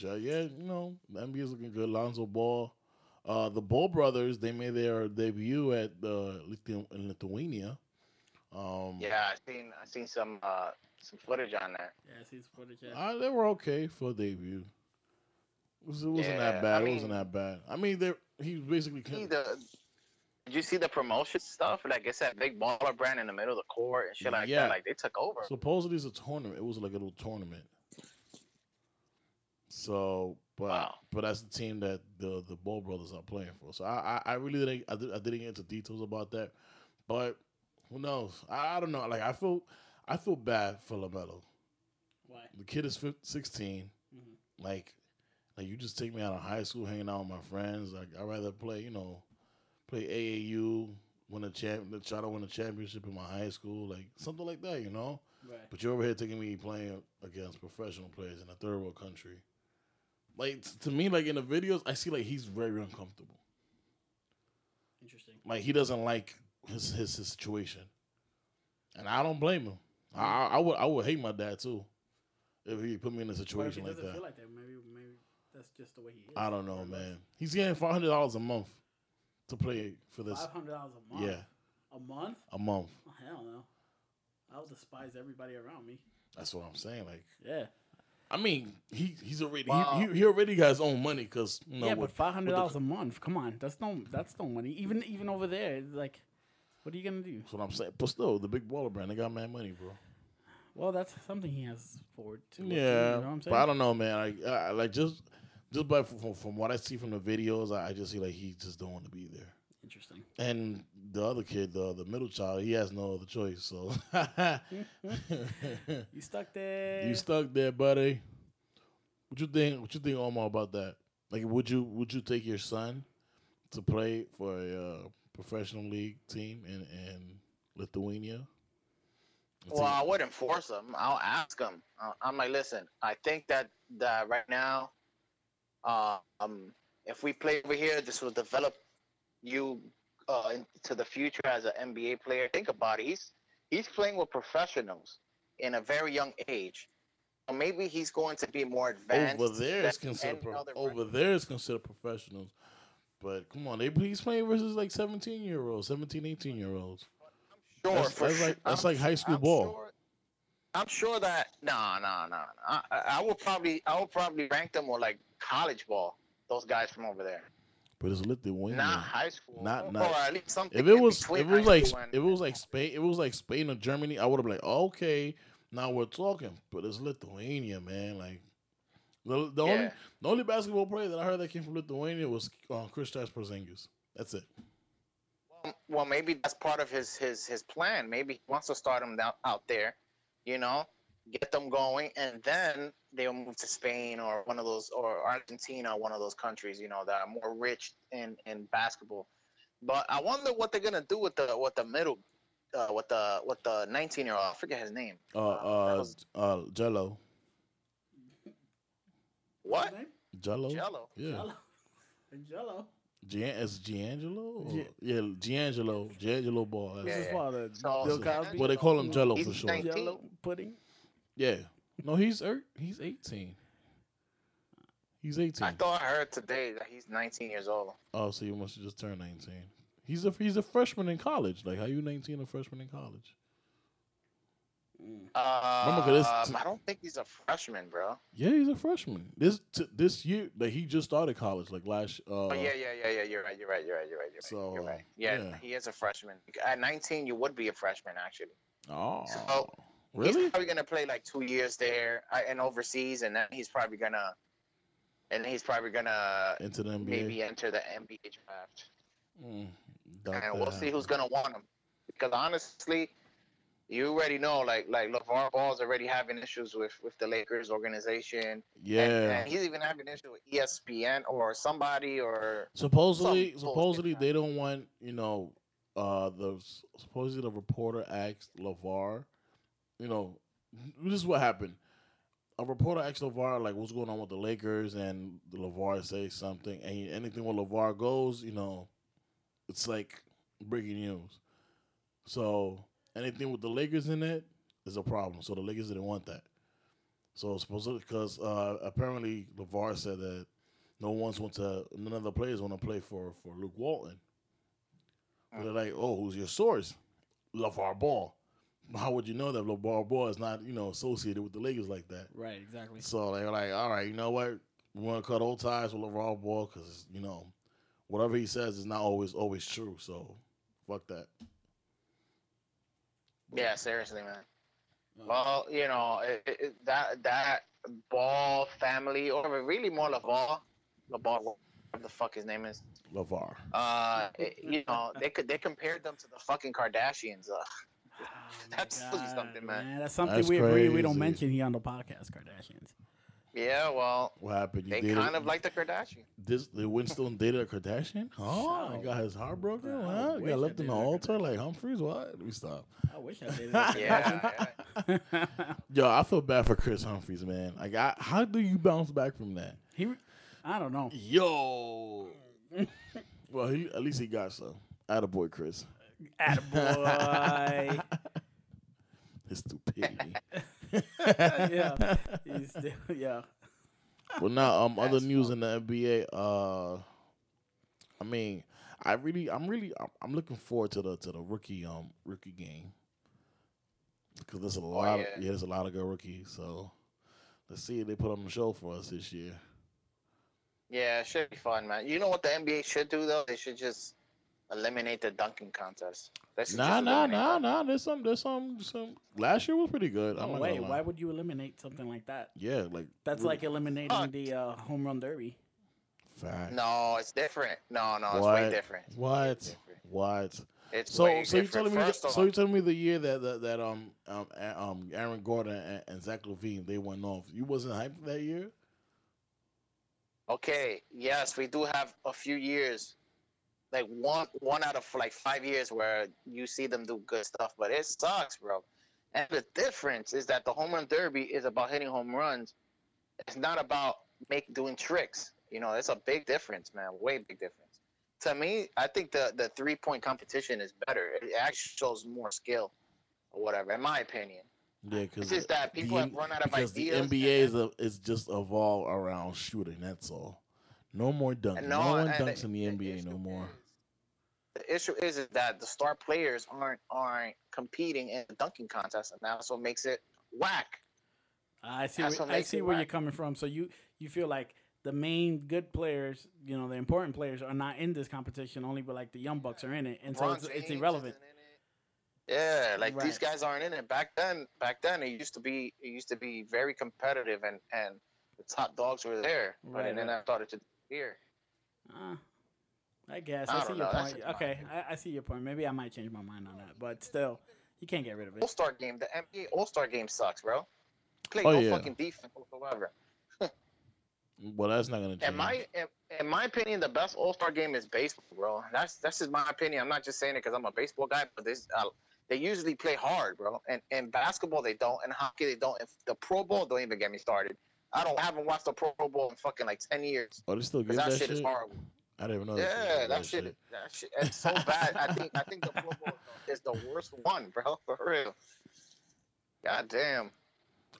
so, yeah, you know, the NBA is looking good. Lonzo Ball, uh, the Ball brothers, they made their debut at the Lithu- in Lithuania. Um,
Yeah, I seen I seen some uh, some footage on that.
Yeah, he's footage.
Uh, they were okay for a debut. It, was, not
Yeah,
that bad.
I
it wasn't
mean-
that bad. I mean, they he basically
See the, did you see the promotion stuff? Like it's that big baller brand in the middle of the court and shit like
Yeah.
that. Like they took over.
Supposedly it's a tournament. It was like a little tournament. So, but
Wow.
but that's the team that the the Ball brothers are playing for. So I I, I really didn't I, did, I didn't get into details about that, but who knows? I, I don't know. Like I feel I feel bad for Lamelo.
Why?
The kid is 15, 16.
Mhm.
Like like you just take me out of high school, hanging out with my friends. Like I'd rather play you know play AAU, win a champ, try to win a championship in my high school, like something like that. You know.
Right.
But you're over here taking me playing against professional players in a third world country. Like t- to me, like in the videos, I see like he's very uncomfortable.
Interesting.
Like he doesn't like his his, his situation, and I don't blame him. I, I I would I would hate my dad too if he put me in
But
a
if he
situation like
doesn't
that.
feel like that, maybe maybe that's just the way he is.
I don't know, man. He's getting five hundred dollars a month to play for this.
Five hundred dollars a month.
Yeah,
A month?
a month.
Oh, hell no. I'll despise everybody around me.
That's what I'm saying. Like,
Yeah.
I mean, he he's already
Wow.
he, he, he already got his own money because you know,
yeah, but
with-
five hundred dollars a month. Come on, that's no that's no money. Even even over there, it's like, what are you gonna do?
That's what I'm saying. But still, the big baller brand, they got mad money, bro.
Well, that's something he has forward to. look to,
yeah,
you know what I'm saying.
but I don't know, man. Like, I, like just just by from, from what I see from the videos, I, I just see like he just don't want to be there.
Interesting.
And the other kid, the the middle child, he has no other choice. So
You stuck there.
you stuck there, buddy. What you think? What you think, Omar, about that? Like, would you would you take your son to play for a uh, professional league team in in Lithuania?
Well, I wouldn't force them. I'll ask them. I'm like, listen, I think that that right now, uh, um, if we play over here, this will develop you uh, into the future as an NBA player. Think about it. He's he's playing with professionals in a very young age. So Maybe he's going to be more advanced.
over Oh, there is
than
considered
any
pro- oh,
other-
over there is considered professionals. But come on, they he's playing versus like 17 year olds, 17, 18 year olds.
Sure,
That's,
for
that's
sure.
like that's
I'm
like high school
I'm
ball.
Sure, I'm sure that no, no, no. no. I, I I would probably, I would probably rank them on like college ball. Those guys from over there,
But it's Lithuania.
not high school,
Not-
or
not-
at least something.
if it
in
was
between
if it was
high
like
school and-
if it was like Spain, it was like Spain or Germany, I would have been like, okay, now we're talking. But it's Lithuania, man. Like the, the only
Yeah.
the only basketball player that I heard that came from Lithuania was uh, Kristaps Porzingis. That's it.
well, maybe that's part of his his his plan. Maybe he wants to start them down, out there, you know, get them going, and then they'll move to Spain or one of those or Argentina, one of those countries, you know, that are more rich in in basketball. But I wonder what they're gonna do with the with the middle uh, with the with the 19 year old. I forget his name.
Uh, uh,
was-
uh, Jello,
What?
Jello,
Jello.
yeah.
Jello.
Gian, it's Giangelo? Or,
Gi-
yeah, Giangelo. Giangelo Ball. That's-
What's his
Yeah.
father?
So-
Bill
so-
Cosby.
Well, they call him Jello for
He's
sure.
nineteen.
Jello pudding.
Yeah. No, he's er- he's 18. He's 18.
I thought I heard today that he's 19 years old.
oh, so you must have just turned 19. He's a he's a freshman in college. Like, how you 19 a freshman in college?
Um,
good, it's t-
I don't think he's a freshman, bro.
Yeah, he's a freshman. This t- this year, like he just started college, like last. Uh,
Oh yeah, yeah, yeah, yeah. You're right. You're right. You're right. You're right. You're right.
So,
you're right.
uh,
Yeah,
yeah.
he is a freshman. At 19, you would be a freshman actually.
Oh,
So,
really?
He's probably gonna play like two years there uh, and overseas, and then he's probably gonna, and he's probably gonna
Into the NBA.
maybe enter the NBA draft.
Mm,
and
doubt
we'll
that
see who's
happened.
gonna want him. Because honestly, you already know, like like LeVar Ball's already having issues with with the Lakers organization,
Yeah.
and, and he's even having issues with E ESPN or somebody or
Supposedly,
Some bullshit,
supposedly
man.
they don't want you know, uh, the supposedly the reporter asked Levar, you know, this is what happened. A reporter asked Levar like, "What's going on with the Lakers?" and Levar says something, and anything where Levar goes, you know, it's like breaking news. So anything with the Lakers in it is a problem. So the Lakers didn't want that. So supposedly, because uh, apparently Levar said that no one's want to none of the players want to play for for Luke Walton. But they're like, oh, who's your source? LeVar Ball. How would you know that LeVar Ball is not you know associated with the Lakers like that?
Mm, Right, exactly.
So they were like, all right, you know what? We want to cut all ties with LeVar Ball because you know whatever he says is not always always true. So fuck that.
yeah, seriously, man. Well, you know it, it, it- that that Ball family, or really more LeVar, LeVar, what the fuck his name is.
LeVar.
Uh, it- you know they could they compared them to the fucking Kardashians. uh, Ugh.
Oh, my
That's really something, man.
That's something
That's
we agree we don't
crazy.
mention here on the podcast, Kardashians.
Yeah, well,
What happened? You
they
dated-
kind of like the Kardashians.
this the Winston dated a Kardashian? Oh,
So-
you got his heart broken?
I
Wow, you
wish I
got left in
dated
the
a
altar like Humphreys? What? Let me stop.
I wish I did.
Yeah,
that.
yeah.
Yo, I feel bad for Chris Humphreys, man. Like, I, how do you bounce back from that?
he, I don't know.
Yo. well, he, at least he got some. Attaboy, Chris.
Attaboy.
His stupidity.
yeah. He's still, yeah.
Well, now um, other
That's
news in the NBA. Uh, I mean, I really, I'm really, I'm, I'm looking forward to the to the rookie um rookie game because there's a lot,
yeah.
of, yeah, there's a lot of good rookies. So let's see if they put on the show for us this year.
Yeah, it should be fun, man. You know what the NBA should do though? They should just eliminate the dunking contest. They should
Nah,
just
nah,
eliminate
nah,
that.
nah. There's some, there's some, some. Last year was pretty good. I'm
Oh,
not
wait,
gonna lie.
why would you eliminate something like that?
yeah, like
That's
really-
like eliminating
Fuck.
the uh, home run derby.
fact.
No, it's different. No, no, it's way
What?
different. It's way
What?
different.
What?
It's
So,
way
so you
different.
telling me?
First
The,
off,
so you telling me the year that that, that um um A- um Aaron Gordon and, and Zach Levine they went off. You wasn't hyped that year.
okay, yes, we do have a few years, like one one out of like five years where you see them do good stuff, but it sucks, bro. And the difference is that the home run derby is about hitting home runs. It's not about make doing tricks. You know, it's a big difference, man. Way big difference. To me, I think the the three point competition is better. It actually shows more skill, or whatever, in my opinion.
Yeah, because
It's just that people have run out of
because
ideas
the NBA is a, is just evolved around shooting. That's all. No more dunking.
And
No, one
and
dunks in the NBA
issue
no more.
is- the issue is, is that the star players aren't aren't competing in the dunking contest, and that's what makes it whack.
I see.
That's
Where,
what
I
makes
see
it
where you're
whack.
coming from. So you you feel like the main good players, you know, the important players are not in this competition. Only but like the young bucks are in it, and so
LeBron
it's, it's
James
irrelevant.
isn't in it. Yeah, like these
Right.
guys aren't in it. Back then, back then it used to be it used to be very competitive, and and the top dogs were there. Right,
Right,
and then
right.
that started to disappear.
Uh, I guess
I
I, see
don't
your
know. That's
point.
just my
Okay, I, I see your point. Maybe I might change my mind on that, but still, you can't get rid of
All
it.
Star game, the NBA All Star game sucks, bro. Play
Oh,
no
yeah.
fucking defense whatsoever.
Well, that's not gonna change.
In my in, in my opinion, the best All Star game is baseball, bro. That's that's just my opinion. I'm not just saying it because I'm a baseball guy, but this uh, They usually play hard, bro. And in basketball, they don't. In hockey, they don't. If the Pro Bowl, don't even get me started. I don't I haven't watched the Pro Bowl in fucking like ten years.
Oh, they still give
Cause
that,
that, shit is horrible.
I didn't even know. they still
Yeah,
gave
that shit, is- that shit, it's so bad. I think, I think the Pro Bowl is the worst one, bro. For real. God damn.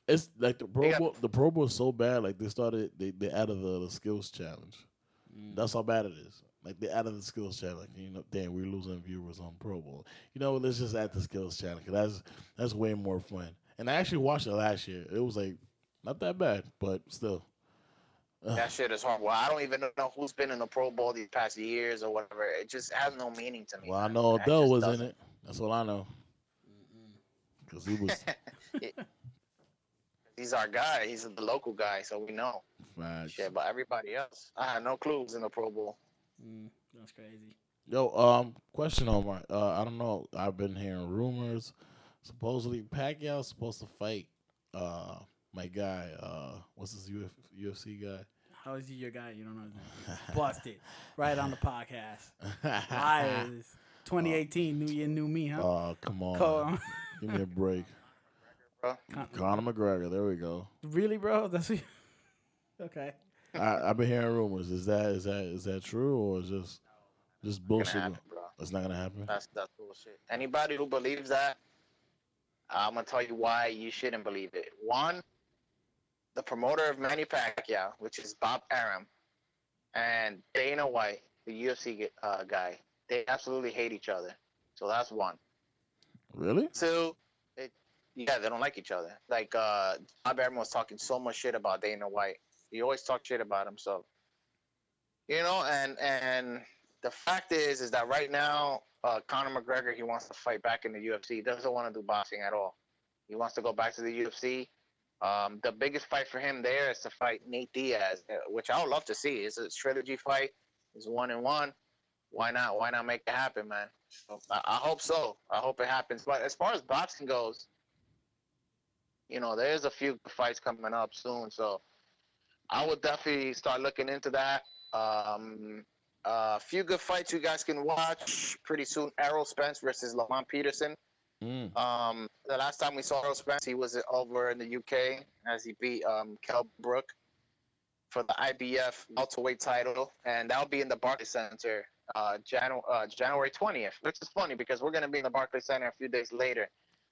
It's like the Pro
got-
Bowl. The Pro Bowl is so bad. Like they started. They they added the, the skills challenge.
Mm.
That's how bad it is. Like they added the skills challenge. Like, you know, damn, we're losing viewers on Pro Bowl. You know, what, let's just add the skills challenge. 'cause that's that's way more fun. And I actually watched it last year. It was like not that bad, but still.
That shit is horrible. I don't even know who's been in the Pro Bowl these past years or whatever. It just has no meaning to me.
Well, I
man.
know
That
Adele
just
was
doesn't-
in it. That's all I know. Cause he was
He's our guy. He's the local guy, so we know.
facts.
Shit, but everybody else, I had no clues in the Pro Bowl.
Mm, that's crazy.
Yo, um, question on my. Uh, I don't know. I've been hearing rumors. Supposedly, Pacquiao's supposed to fight. Uh, my guy. Uh, what's this Uf- UFC guy?
How is he your guy? You don't know his name. Busted. right on the podcast. Liars. 2018, new year, new me, huh?
Oh, come on.
Come
Give me a break.
Bro.
Conor McGregor. There we go.
Really, bro? That's what you- okay.
I, I've been hearing rumors. Is that is that is that true or is just just
Gonna
bullshit?
happen, bro.
It's not gonna happen.
That's that's bullshit. Anybody who believes that, I'm gonna tell you why you shouldn't believe it. One, the promoter of Manny Pacquiao, which is Bob Arum, and Dana White, the UFC g- uh, guy, they absolutely hate each other. So that's one.
Really?
Two, it, yeah, they don't like each other. Like uh, Bob Arum was talking so much shit about Dana White. He always talked shit about himself. You know, and and the fact is, is that right now, uh, Conor McGregor he wants to fight back in the UFC. He doesn't want to do boxing at all. He wants to go back to the UFC. Um, the biggest fight for him there is to fight Nate Diaz, uh, which I would love to see. It's a trilogy fight. It's one and one. Why not? Why not make it happen, man? So, I, I hope so. I hope it happens. But as far as boxing goes, you know, there's a few fights coming up soon. So I would definitely start looking into that. Um, a few good fights you guys can watch pretty soon. Errol Spence versus Lamont Peterson.
Mm.
Um, the last time we saw Earl Spence, he was over in the UK as he beat um, Kel Brook for the IBF welterweight title, and that'll be in the Barclays Center uh, Janu- uh, January 20th. Which is funny because we're going to be in the Barclays Center a few days later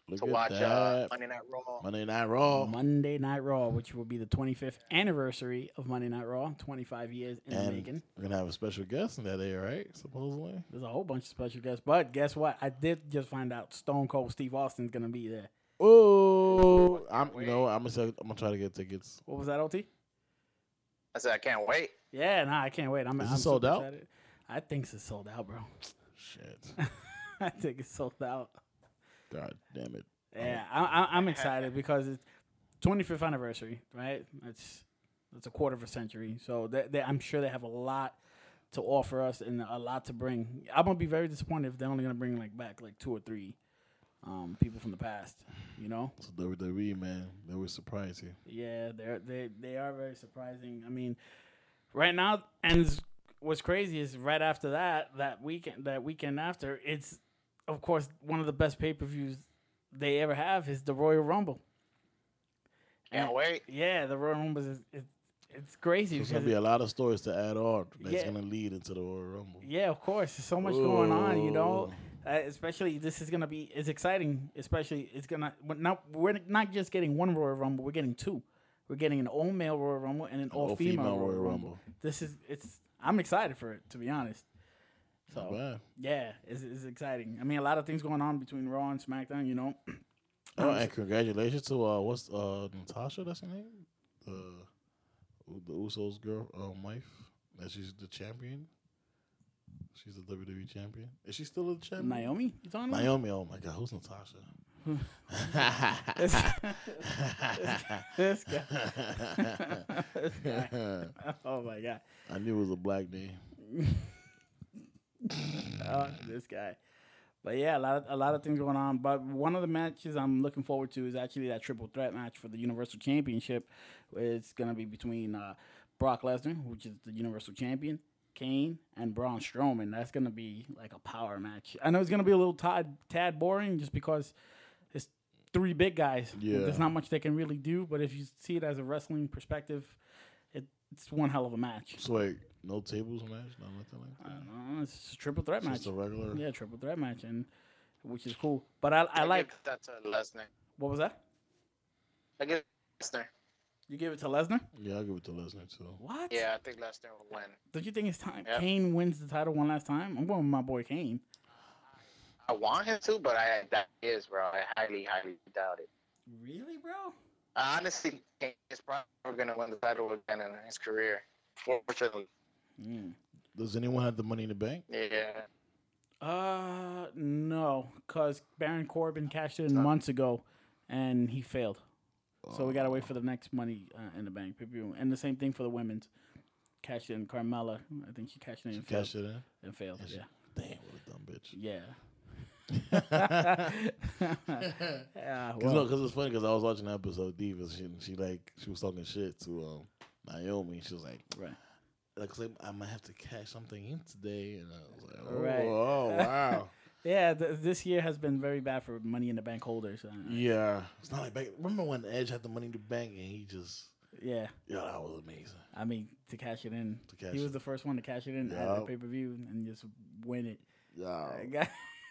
Look
to
at
watch uh,
that.
Monday Night Raw.
Monday Night Raw.
Monday Night Raw, which will be the 25th anniversary of Monday Night Raw, 25 years in the making.
And we're gonna have a special guest in that day, right? Supposedly.
There's a whole bunch of special guests, but guess what? I did just find out Stone Cold Steve Austin's gonna be there.
Oh, I'm you know I'm gonna say, I'm gonna try to get tickets.
What was that, OT?
I said, I can't wait.
Yeah, nah, I can't wait. I'm,
Is it
I'm
sold
super
out?
excited. I think it's sold out, bro.
Shit,
I think it's sold out.
god damn it!
Yeah, I, I, I'm excited because it's 25th anniversary, right? That's that's a quarter of a century. So they, they, I'm sure they have a lot to offer us and a lot to bring. I'm gonna be very disappointed if they're only gonna bring like back like two or three um, people from the past. You know?
It's WWE man. They were surprised you.
Yeah, they're they they are very surprising. I mean, right now, and it's- what's crazy is right after that that weekend that weekend after it's of course one of the best pay per views they ever have is the Royal Rumble.
Can't
And-
wait.
Yeah, the Royal Rumble is it's, it's crazy.
There's
because
gonna be a lot of stories to add on that's
Yeah.
gonna lead into the Royal Rumble.
Yeah, of course. There's so much going on, you know.
Ooh.
Uh, especially this is gonna be it's exciting. Especially it's gonna but not we're not just getting one Royal Rumble, we're getting two. We're getting an all male Royal Rumble and an all female Royal
all-female
Rumble.
Royal Rumble.
This is it's I'm excited for it to be honest.
Not
So
bad.
yeah, it's, it's exciting. I mean, a lot of things going on between Raw and SmackDown, you know.
Oh, and congratulations to uh, what's uh Natasha? That's her name. Uh, the Usos' girl, um, wife. That she's the champion. She's the WWE champion. Is she still a champion?
Naomi, you talking about?
Naomi. Oh my God, who's Natasha?
This, this guy. Oh my god.
I knew it was a black name.
Oh, this guy. But yeah, a lot of a lot of things going on. But one of the matches I'm looking forward to is actually that triple threat match for the Universal Championship. It's gonna be between uh, Brock Lesnar, which is the Universal Champion, Kane and Braun Strowman. That's gonna be like a power match. I know it's gonna be a little tad tad boring just because it's three big guys.
Yeah.
there's not much they can really do. But if you see it as a wrestling perspective, it, it's one hell of a match.
So like no tables match, no nothing like
I
that.
don't know, it's a triple threat
It's
match.
Just a regular.
Yeah, triple threat match, and which is cool. But I I like
give that to Lesnar.
what was that?
I give Lesnar.
You gave it to Lesnar.
Yeah, I'll give it to Lesnar too.
What?
Yeah, I think Lesnar will win.
Don't you think it's time
Yeah.
Kane wins the title one last time? I'm going with my boy Kane.
I want him to, but I that is, bro. I highly, highly doubt it.
Really, bro?
I honestly think he's probably gonna win the title again in his career. Fortunately,
Mm.
Does anyone have the money in the bank?
yeah.
Uh, no, because Baron Corbin cashed in
Uh.
months ago, and he failed. So we gotta wait for the next money uh, in the bank. pay-per-view. And the same thing for the women's. Cashed in Carmella. I think she cashed in
She
and failed.
cash it in.
And failed.
Yes, she-
Yeah.
Damn, what a dumb bitch.
Yeah.
Cause
yeah
no,
well,
'cause it's funny because I was watching an episode of Divas. She, she like she was talking shit to um Naomi. She was like,
right.
looks like I might have to cash something in today, and I was like, oh,
Right.
oh wow,
Yeah, th- this year has been very bad for money in the bank holders. Uh,
yeah. It's not like back. Remember when Edge had the money in the bank and he just,
yeah.
yeah, that was amazing.
I mean, to cash it in.
To cash
he was
it.
the first one to cash it in at the
Yup.
pay per view and just win it. I,
Yeah.
got-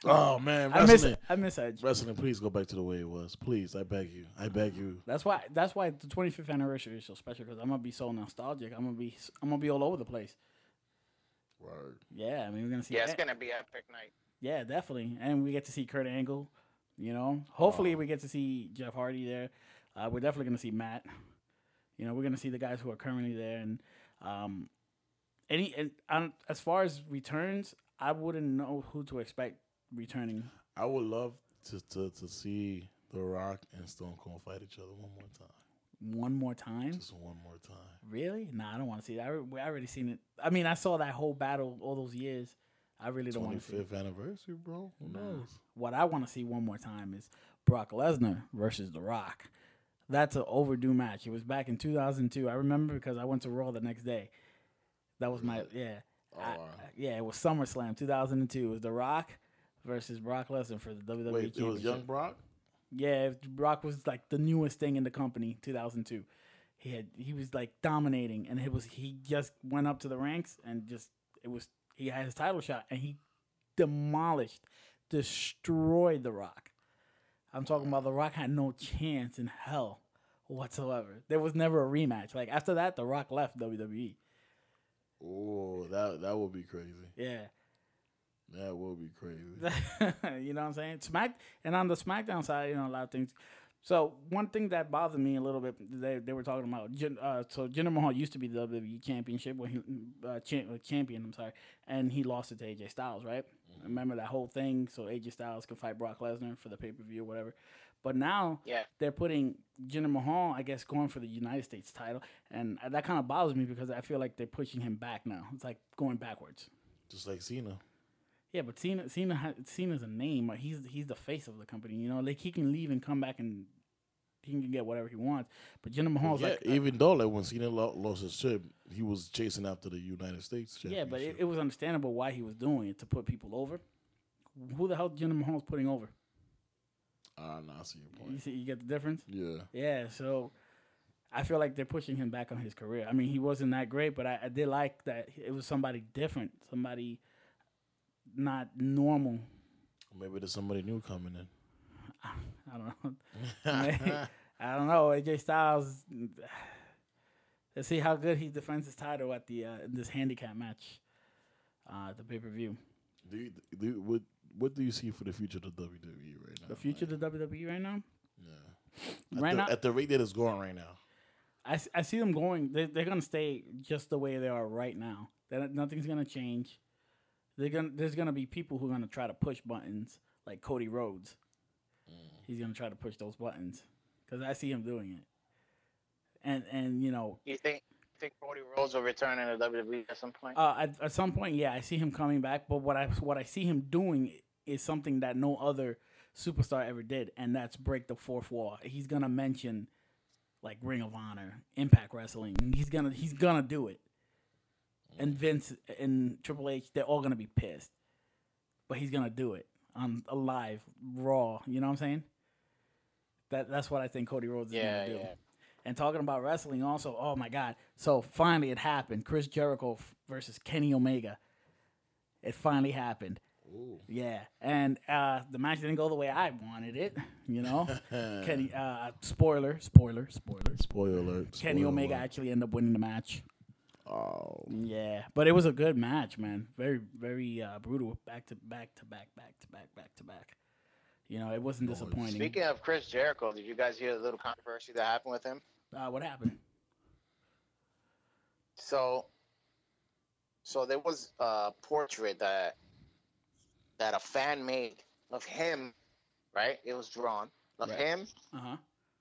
Oh man,
I miss
wrestling,
it. I miss Edge.
wrestling. Please go back to the way it was. Please, I beg you, I beg you.
That's why. That's why the 25th anniversary is so special because I'm gonna be so nostalgic. I'm gonna be. s- I'm gonna be all over the place.
Word.
Yeah, I mean, we're gonna see.
Yeah, it's
Ed-
gonna be epic night.
yeah, definitely. And we get to see Kurt Angle. You know, hopefully
Oh.
we get to see Jeff Hardy there. Uh, we're definitely gonna see Matt. You know, we're gonna see the guys who are currently there, and um, any and um, as far as returns, I wouldn't know who to expect returning.
I would love to, to to see The Rock and Stone Cold fight each other one more time.
one more time.
Just one more time.
Really? Nah, I don't want to see that. I, re- I already seen it. I mean, I saw that whole battle all those years. I really don't
Twenty
want to see. It.
fifth anniversary, bro. Who
Nah.
knows?
What I want to see one more time is Brock Lesnar versus The Rock. That's an overdue match. It was back in 2002. I remember because I went to Raw the next day. That was my yeah.
Oh,
I-
wow.
I- yeah, it was SummerSlam 2002. It was The Rock versus Brock Lesnar for the WWE
Wait, it was Young
Championship.
Brock.
Yeah, if Brock was like the newest thing in the company, 2002. He had he was like dominating, and it was he just went up to the ranks and just it was he had his title shot and he demolished, destroyed the Rock. I'm talking about the Rock had no chance in hell whatsoever. There was never a rematch. Like after that, the Rock left E. WWE.
Oh, that that would be crazy.
Yeah.
That would be crazy.
you know what I'm saying? Smack and on the SmackDown side, you know a lot of things. So one thing that bothered me a little bit, they, they were talking about. Jin- Uh, so Jinder Mahal used to be the WWE championship when he uh, champ, uh, champion. I'm sorry, and he lost it to AJ Styles, right? Remember that whole thing? So AJ Styles could fight Brock Lesnar for the pay per view or whatever. But now
Yeah.
they're putting Jinder Mahal, I guess, going for the United States title, and that kind of bothers me because I feel like they're pushing him back now. It's like going backwards.
Just like Cena.
Yeah, but Cena, Cena, ha- Cena's a name. Like he's he's the face of the company. You know, like he can leave and come back and he can get whatever he wants. But Jinder Mahal's
yeah,
like,
even though like when Cena lo- lost his chip, he was chasing after the United States
yeah,
championship.
but it, it was understandable why he was doing it to put people over. Who the hell Jinder Mahal's putting over?
ah, nah, I see your
You
point.
see, you get the difference.
Yeah,
Yeah, so I feel like they're pushing him back on his career. I mean, he wasn't that great, but I, I did like that it was somebody different, somebody not normal.
maybe there's somebody new coming in.
I don't know. May- I don't know. AJ Styles. Let's see how good he defends his title at the uh, in this handicap match, uh, at the pay per view.
do you, do you- what what do you see for the future of WWE right now?
The future of
Like,
the WWE right now.
yeah.
right
at the,
now,
at the rate that it's going right now.
I, s- I see them going. They, they're gonna stay just the way they are right now. That nothing's gonna change. They're gonna there's gonna be people who are gonna try to push buttons like Cody Rhodes. He's gonna try to push those buttons because I see him doing it. And and you know
You think you think Cody Rhodes will return in the WWE at some point?
Uh, at, at some point, yeah, I see him coming back. But what I what I see him doing is something that no other superstar ever did, and that's break the fourth wall. He's gonna mention like Ring of Honor, Impact Wrestling. He's gonna he's gonna do it.
Mm.
and Vince and Triple H, they're all gonna be pissed. But he's gonna do it on a live Raw. You know what I'm saying? That that's what I think Cody Rhodes is
Yeah,
gonna do.
yeah.
And talking about wrestling, also, oh my God! So finally, it happened. Chris Jericho f- versus Kenny Omega. It finally happened.
Ooh.
Yeah, and uh, the match didn't go the way I wanted it. You know, Kenny. Uh, spoiler, spoiler, spoiler.
Spoiler alert.
Kenny
spoiler
Omega
alert.
actually ended up winning the match.
Oh.
Yeah, but it was a good match, man. Very, very uh, brutal. Back to back to back, back to back, back to back. You know, it wasn't
Lord.
disappointing.
Speaking of Chris Jericho, did you guys hear the little controversy that happened with him?
uh, what happened?
So, so there was a portrait that that a fan made of him, right? It was drawn of
Right.
him
Uh huh.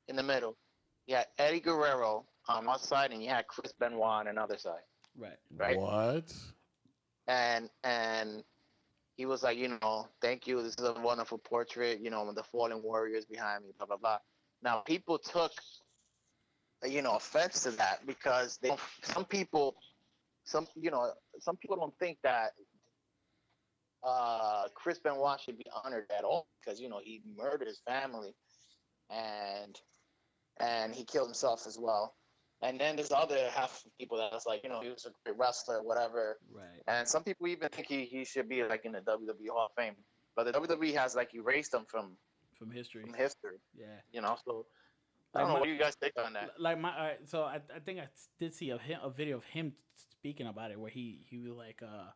in the middle. You had Eddie Guerrero on one side, and you had Chris Benoit on another side.
Right.
Right.
What?
and and he was like, you know, thank you. This is a wonderful portrait. You know, with the fallen warriors behind me, blah blah blah. Now people took, uh, you know, offense to that because they some people, some you know, some people don't think that uh, Chris Benoit should be honored at all because you know he murdered his family, and and he killed himself as well. And then there's the other half of people that's like, you know, he was a great wrestler, whatever.
Right.
And some people even think he, he should be like in the WWE Hall of Fame. But the WWE has like erased him from,
From history.
from history,
Yeah.
you know. So I don't know what do you guys think on that.
L- Like my, all right, so I, I think I did see a him, a video of him speaking about it where he he was like uh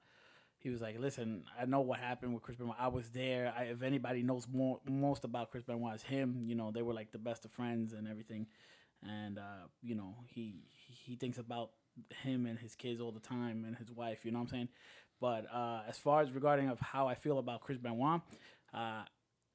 he was like listen I know what happened with Chris Benoit I was there I, if anybody knows more most about Chris Benoit it's him you know they were like the best of friends and everything and uh you know he he thinks about him and his kids all the time and his wife you know what I'm saying but uh as far as regarding of how I feel about Chris Benoit uh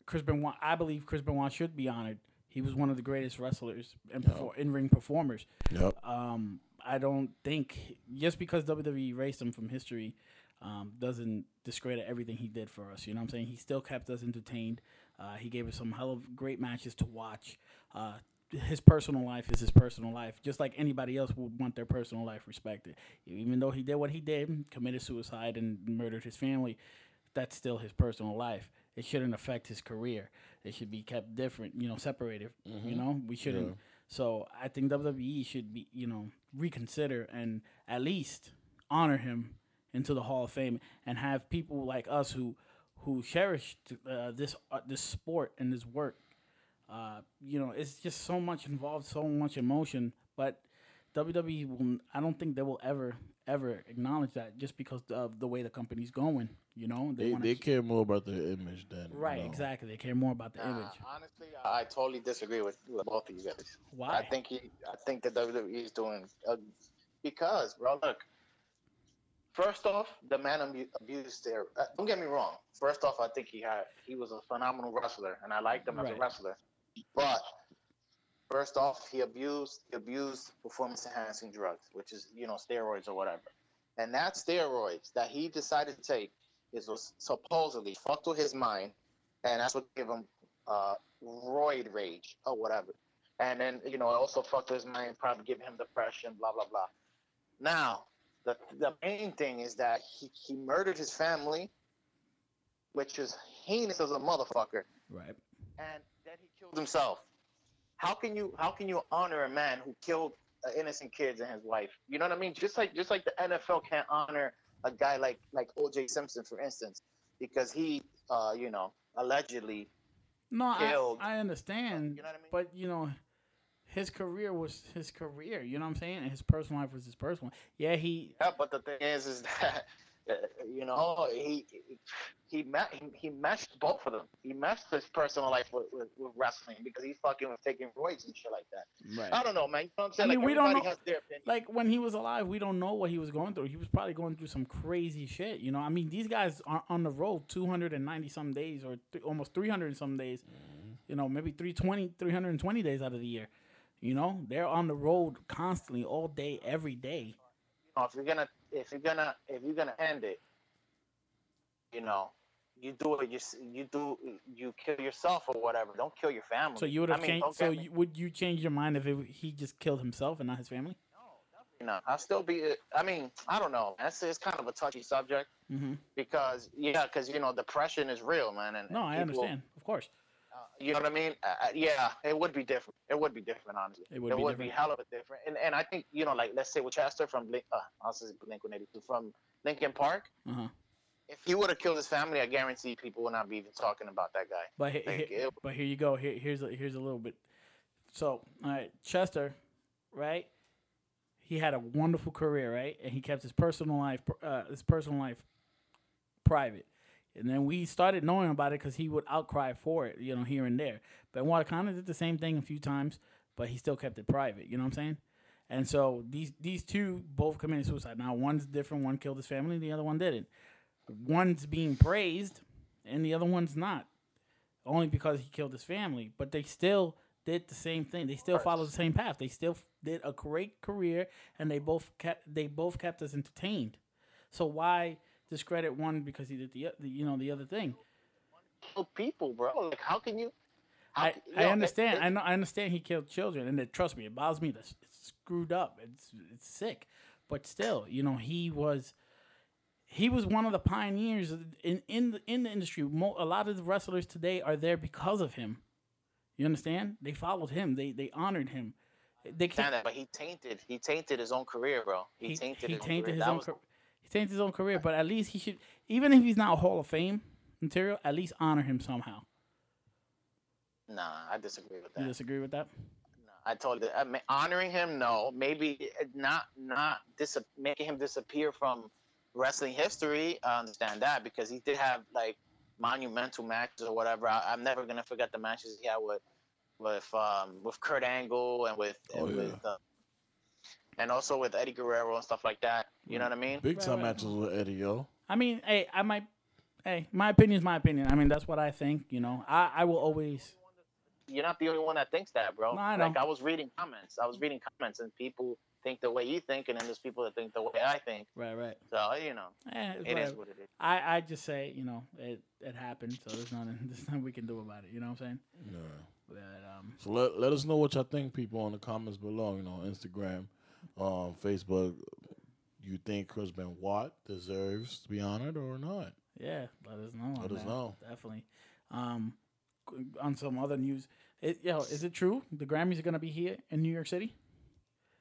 Chris Benoit, I believe Chris Benoit should be honored. He was one of the greatest wrestlers and perfor- in ring performers.
Yep.
Um, I don't think just because WWE erased him from history um, doesn't discredit everything he did for us. You know what I'm saying? He still kept us entertained. Uh, he gave us some hell of great matches to watch. Uh, his personal life is his personal life, just like anybody else would want their personal life respected. Even though he did what he did, committed suicide and murdered his family, that's still his personal life. It shouldn't affect his career. It should be kept different, you know, separated. You know, we shouldn't. So I think WWE should be, you know, reconsider and at least honor him into the Hall of Fame and have people like us who who cherish uh, this uh, this sport and this work. Uh, you know, it's just so much involved, so much emotion, but WWE will. I don't think they will ever ever acknowledge that just because of the way the company's going. You know,
They,
wanna
they
keep-
care more about their image than you
Right,
know.
exactly. They care more about the
Nah,
image.
honestly, I, I totally disagree with with both of you guys.
Why?
I think he, I think the WWE is doing uh, because, bro. Look, first off, the man abu- abused there. Uh, don't get me wrong. First off, I think he had he was a phenomenal wrestler, and I liked him as
Right.
a wrestler. But first off, he abused he abused performance enhancing drugs, which is you know steroids or whatever. And that steroids that he decided to take is was supposedly fucked with his mind, and that's what gave him uh, roid rage or whatever. And then, you know, it also fucked his mind, probably give him depression, blah, blah, blah. Now, the, the main thing is that he, he murdered his family, which is heinous as a motherfucker,
right.
and then he killed himself. How can you how can you honor a man who killed uh, innocent kids and his wife? You know what I mean? Just like just like the NFL can't honor a guy like like O.J. Simpson, for instance, because he, uh, you know, allegedly
No, I,
killed.
I understand.
You know what I mean?
But you know, his career was his career. You know what I'm saying? And his personal life was his personal. Yeah, he.
Yeah, but the thing is, is that uh, you know he he ma- he, he meshed both of them. He meshed his personal life with, with, with wrestling because he fucking was taking roids and shit like that. I
Right.
don't know, man. You know what I'm saying?
I mean,
like,
we don't
everybody
know-
has their opinion.
Like when he was alive, we don't know what he was going through. He was probably going through some crazy shit. You know, I mean, these guys are on the road 290 some days or th- almost 300 and some days. You know, maybe 320, 320 days out of the year. You know, they're on the road constantly, all day, every day.
you know, if you're gonna if you're gonna if you're gonna end it, you know, you do it. You s- you do you kill yourself or whatever. Don't kill your family.
So you would
I
have
mean,
changed.
don't
So
get me-
you, would you change your mind if it, he just killed himself and not his family?
No, definitely know, I'll still be. I mean, I don't know. That's it's kind of a touchy subject
hmm
because yeah, because you know, depression is real, man. And
No, I
people-
understand. Of course.
Uh, you know what I mean? Uh, uh, yeah, it would be different. It would be different, honestly.
It would
it
be
would
different.
be hell of a different. And and I think you know, like let's say with Chester from Blink, uh, I was just Blink One Eighty Two from Lincoln Park.
Uh-huh.
If he would have killed his family, I guarantee people would not be even talking about that guy.
But he-
Like,
he-
it-
but here you go. Here, here's a, here's a little bit. So, all right, Chester, right? He had a wonderful career, right? And he kept his personal life, uh, his personal life, private. And then we started knowing about it because he would outcry for it, you know, here and there. But Wakanda did the same thing a few times, but he still kept it private. You know what I'm saying? And so these these two both committed suicide. Now one's different. One killed his family. The other one didn't. One's being praised, and the other one's not only because he killed his family, but they still did the same thing. They still followed the same path. They still f- did a great career, and they both kept they both kept us entertained. So why discredit one because he did the, o- the you know the other thing?
Kill Oh, people, bro. Like how can you? how
I,
can- yo,
I
it-
understand.
it-
I know. I understand he killed children, and it, trust me, it bothers me. That's it's screwed up. It's it's sick, but still, you know, he was he was one of the pioneers in in the, in the industry. Mo, a lot of the wrestlers today are there because of him. You understand? They followed him. They they honored him. They
understand
can't.
that, but he tainted. He tainted his own career, bro. He,
He,
tainted.
he
his
tainted
own career.
his
That
own.
was-
car- he tainted his own career, but at least he should. Even if he's not Hall of Fame material, at least honor him somehow.
Nah, I disagree with
You
that.
disagree with that?
No, I told you, I mean, honoring him, no. Maybe eh, not, not dis- making him disappear from wrestling history. I understand that because he did have like monumental matches or whatever. I, I'm never gonna forget the matches he had with with um, with Kurt Angle and with
Oh,
and
yeah.
with uh, and also with Eddie Guerrero and stuff like that. You know what I mean?
Big
Right,
time
right.
matches with Eddie, yo.
I mean, hey, I might. Hey, my opinion's my opinion. I mean, that's what I think. You know, I, I will always.
You're not the only one that thinks that, bro.
No, I
like
know.
I was reading comments. I was reading comments and people think the way you think, and then there's people that think the way I think.
Right, right.
So you know,
Eh, it's
it is
whatever.
what it is.
I, I just say, you know, it it happened, so there's nothing there's nothing we can do about it. You know what I'm saying?
Yeah.
But um,
So let, let us know what y'all think, people, in the comments below. You know, Instagram, um, Facebook. You think Chris Benoit deserves to be honored or not?
yeah, let us know. on
Let us
that,
know.
Definitely. Um, qu- on some other news, it, yo, is it true the Grammys are gonna be here in New York City?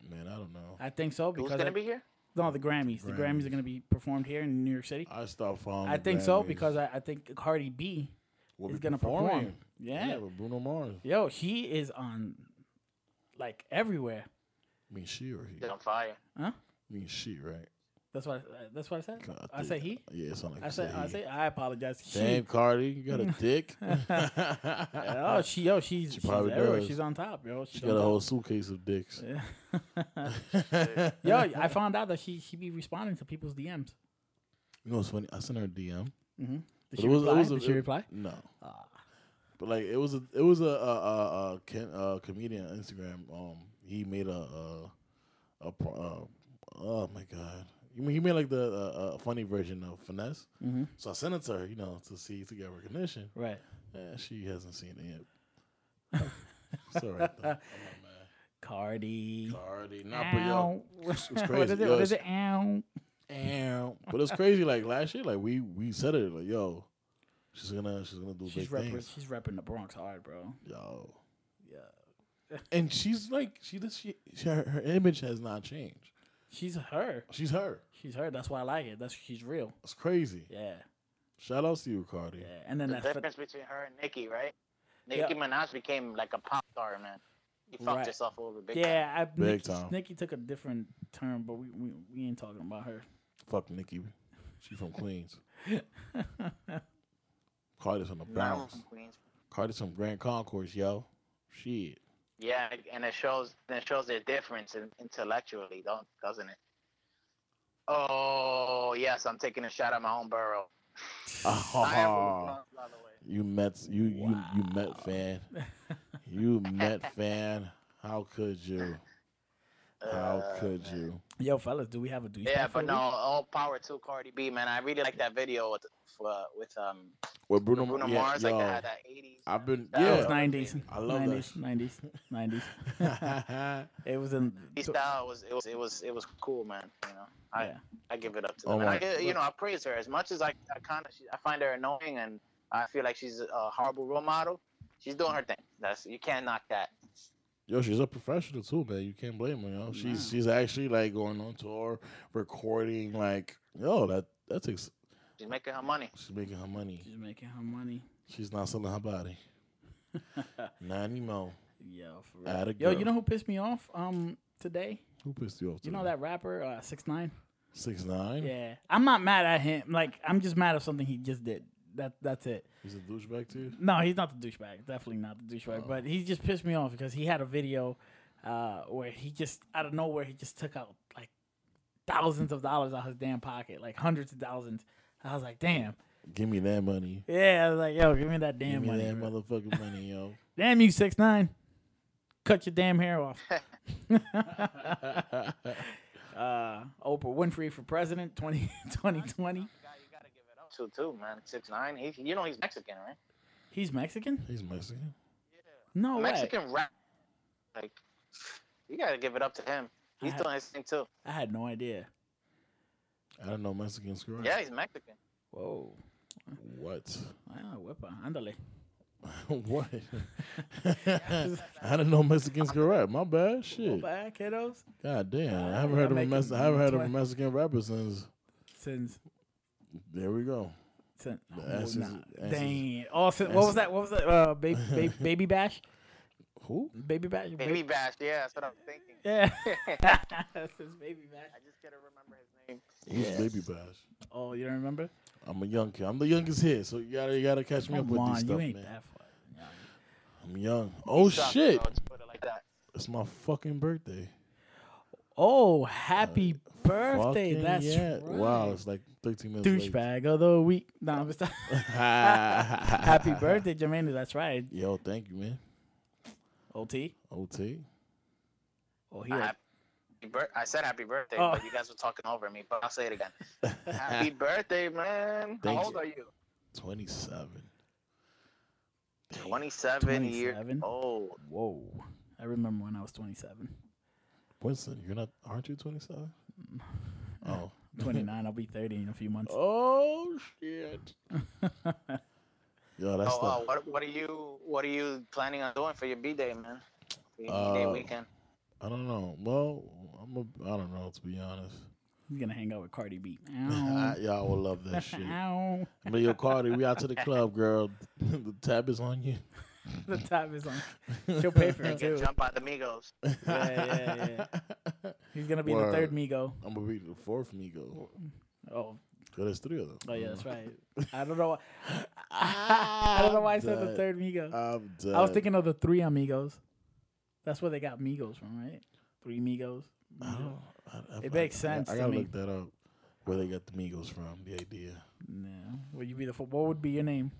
Man, I don't know.
I think so
Who's
because
gonna
I-
be here?
no, the Grammys, the Grammys
Grammys.
are gonna be performed here in New York City.
I stopped following.
I
Oh, the
think so
Grammys.
because I, I think Cardi B,
We'll
is
be
gonna perform.
performing.
Yeah.
with Bruno Mars.
yo, he is on, like everywhere.
I mean, she or he?
He's on fire.
I mean, she, right?
That's what I, that's what I said.
God,
I say he.
Yeah, it sound like
I
you
say I
he.
say I apologize. She.
Damn, Cardi, you got a dick.
Oh, she yo, she's she's
probably
everywhere.
does.
She's on top, yo.
she
She's
got a whole suitcase of dicks.
on top. yo, I found out that she she be responding to people's DMs.
You know what's funny? I sent her a DM.
Mm-hmm.
But
Did she
it was- it
reply?
was a-
Did she
it-
reply?
No,
Ah.
but like it was a it was a, a, a, a, can, a comedian on Instagram. Um, he made a a, a pro- uh, oh my god. You mean he made like the uh, uh, funny version of finesse?
Mhm.
So I sent it to her, you know, to see to get recognition.
Right.
Yeah, she hasn't seen it yet. it's all right though. I'm
Cardi.
not mad. Cardi, nah, but yo,
Ow. what
crazy,
is it?
yo,
What is it?
it's-
Ow.
Damn. But it's crazy. Like last year, like we we said it, like yo, she's gonna she's gonna do
She's
big
repping.
things,
She's repping the Bronx hard, bro.
yo.
Yeah.
And she's like she does she, she her, her image has not changed.
She's her.
She's her.
She's her. That's why I like it. That's she's real.
It's crazy.
Yeah.
Shout out to you, Cardi.
Yeah. And then
the
that.
difference between her and Nicki, right? Nicki Minaj became like a pop star, man. She fucked
Right.
herself over big. time.
yeah. I, Big Nikki,
time.
Nikki took a different turn, but we, we we ain't talking about her.
Fuck Nikki. She from Queens. Cardi's from the
Not
Bronx.
from Queens.
Cardi's from Grand Concourse, yo. Shit.
Yeah, and it shows. And it shows their difference in, intellectually, don't doesn't it? Oh yes, I'm taking a shot at my own burrow. I am from the
Ah,
Bronx, by the way.
you Mets you you you
Wow.
Met fan. You Met fan. How could you? How
Uh,
could
man.
you?
Yo, fellas, do we have a do? you
Yeah,
spot for
but
the
no,
week?
all power to Cardi B, man. I really like that video with, uh, with um
With Bruno,
Bruno
yeah,
Mars, like
yo,
that, that 80s
I've been
That
That was
Yeah.
yeah.
nineties.
I love that
nineties,
shit.
nineties, nineties.
oh
It was in.
His style was it was it was it was cool, man. You know, I
Yeah.
I give it up to
Oh
them. and
my-
I get, you know, I praise her as much as I, I kind of I find her annoying and I feel like she's a horrible role model. She's doing her thing. That's you can't knock that.
Yo, she's a professional too, man. You can't blame her. Yo, she's
Nah.
she's actually like going on tour, recording. Like, yo, that that's ex-
She's making her money.
she's making her money.
She's making her money.
She's not selling her body. Not anymore.
Yo, for
Atta
real. Yo,
girl.
you know who pissed me off? Um, today.
Who pissed you off?
You know that rapper, uh, six nine.
six
Hmm.
nine.
Yeah, I'm not mad at him. Like, I'm just mad at something he just did. That that's it.
He's a douchebag too.
No, he's not the douchebag. Definitely not the douchebag.
Oh.
But he just pissed me off because he had a video uh, where he just out of nowhere he just took out like thousands of dollars out his damn pocket, like hundreds of thousands. I was like, damn.
Give me that money.
Yeah, I was like, yo, give me that damn
Give me
money.
that
bro.
motherfucking money, yo.
damn you, six nine. Cut your damn hair off. uh, Oprah Winfrey for president 20, 2020.
Guy, you gotta give it up to too, man. Six nine. He, you know he's Mexican, right?
He's Mexican?
He's Mexican.
No way.
Mexican rap. Like you gotta give it up to him.
I
He's
had-
doing his thing too.
I had no idea.
I don't know Mexicans correct.
Yeah, he's Mexican.
Whoa.
What?
Ah, wepa. Ándale.
what? I don't know Mexicans correct. My bad.
Go
Shit.
back, kiddos.
God damn.
Ah,
I haven't
yeah,
heard of a
making
Mex- I haven't heard of a
twen-
Mexican rapper since.
Since
There we go.
Sin-
The
oh,
asses-
nah.
asses-
Dang. Oh, sin- what was
asses-
that? What was that? Uh, ba- ba- baby bash?
Who?
Baby bash? Ba-
Baby Bash. Yeah, that's what I'm thinking.
Yeah.
I
Since baby bash.
just gotta remember his name.
Who's
Yes.
Baby Bash?
Oh, you don't remember?
I'm a young kid. I'm the youngest here, so you gotta you gotta catch me up
Come
with
on,
these
you
stuff,
ain't
man.
that far. Yeah.
I'm young. Oh
Sucks,
shit!
bro, just put it like that.
It's my fucking birthday.
Oh, happy birthday.
Uh, Fucking
That's
yeah.
right.
wow. It's like 13 minutes. late.
Douchebag of the week. No, I'm just Happy birthday, Jermaine. That's right.
Yo, thank you, man.
OT.
OT.
Oh, here.
Happy bir- I said happy birthday,
Oh.
but you guys were talking over me. But I'll say it again. happy birthday, man.
Thank
How old
you.
are you?
27.
27 years
27?
old.
Whoa. I remember when I was 27.
Winston, you're not, aren't you 27? Oh.
29. I'll be 30 in a few months.
Oh, shit. Yo, that's
oh,
the.
wow. what, what are you What are you planning on doing for your B day, man? For your B day
Uh,
weekend.
I don't know. Well, I'm a, I don't know, to be honest.
He's gonna hang out with Cardi B.
I,
Ow.
y'all will love that Ah, shit.
Ow.
But yo, Cardi, we out to the club, girl. the tab is on you.
The top is on. She'll pay for it
Make it
too.
jump out the Migos.
yeah,
yeah.
He's gonna be in
Word.
the third Migo.
I'm gonna be the fourth Migo.
Oh,
Cause there's three of them.
oh yeah, that's right. I don't know. Why, I don't know why I said the
Done.
third Migo.
I'm done.
I was thinking of the three amigos. That's where they got Migos from, right? Three Migos.
I don't, I, I,
It
I-
makes
I-
sense
I,
to
gotta
me.
look that up. Where they got the Migos from? The idea.
No. Would you be the fo- What would be your name?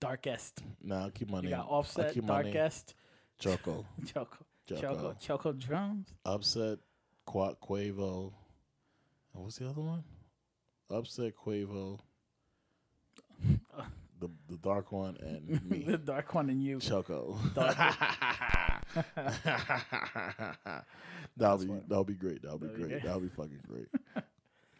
Darkest.
Nah, I'll keep my
You
name.
got Offset,
keep my name.
Darkest,
Choco,
Choco, Choco,
Choco,
Choco Drums.
Upset, Qua Quavo. And what's the other one? Upset Quavo. the the dark one and
the
me.
dark one and you.
Choco.
Dark one.
that'll be
funny.
that'll be great. That'll be
That'll be
great.
great.
That'll be fucking great.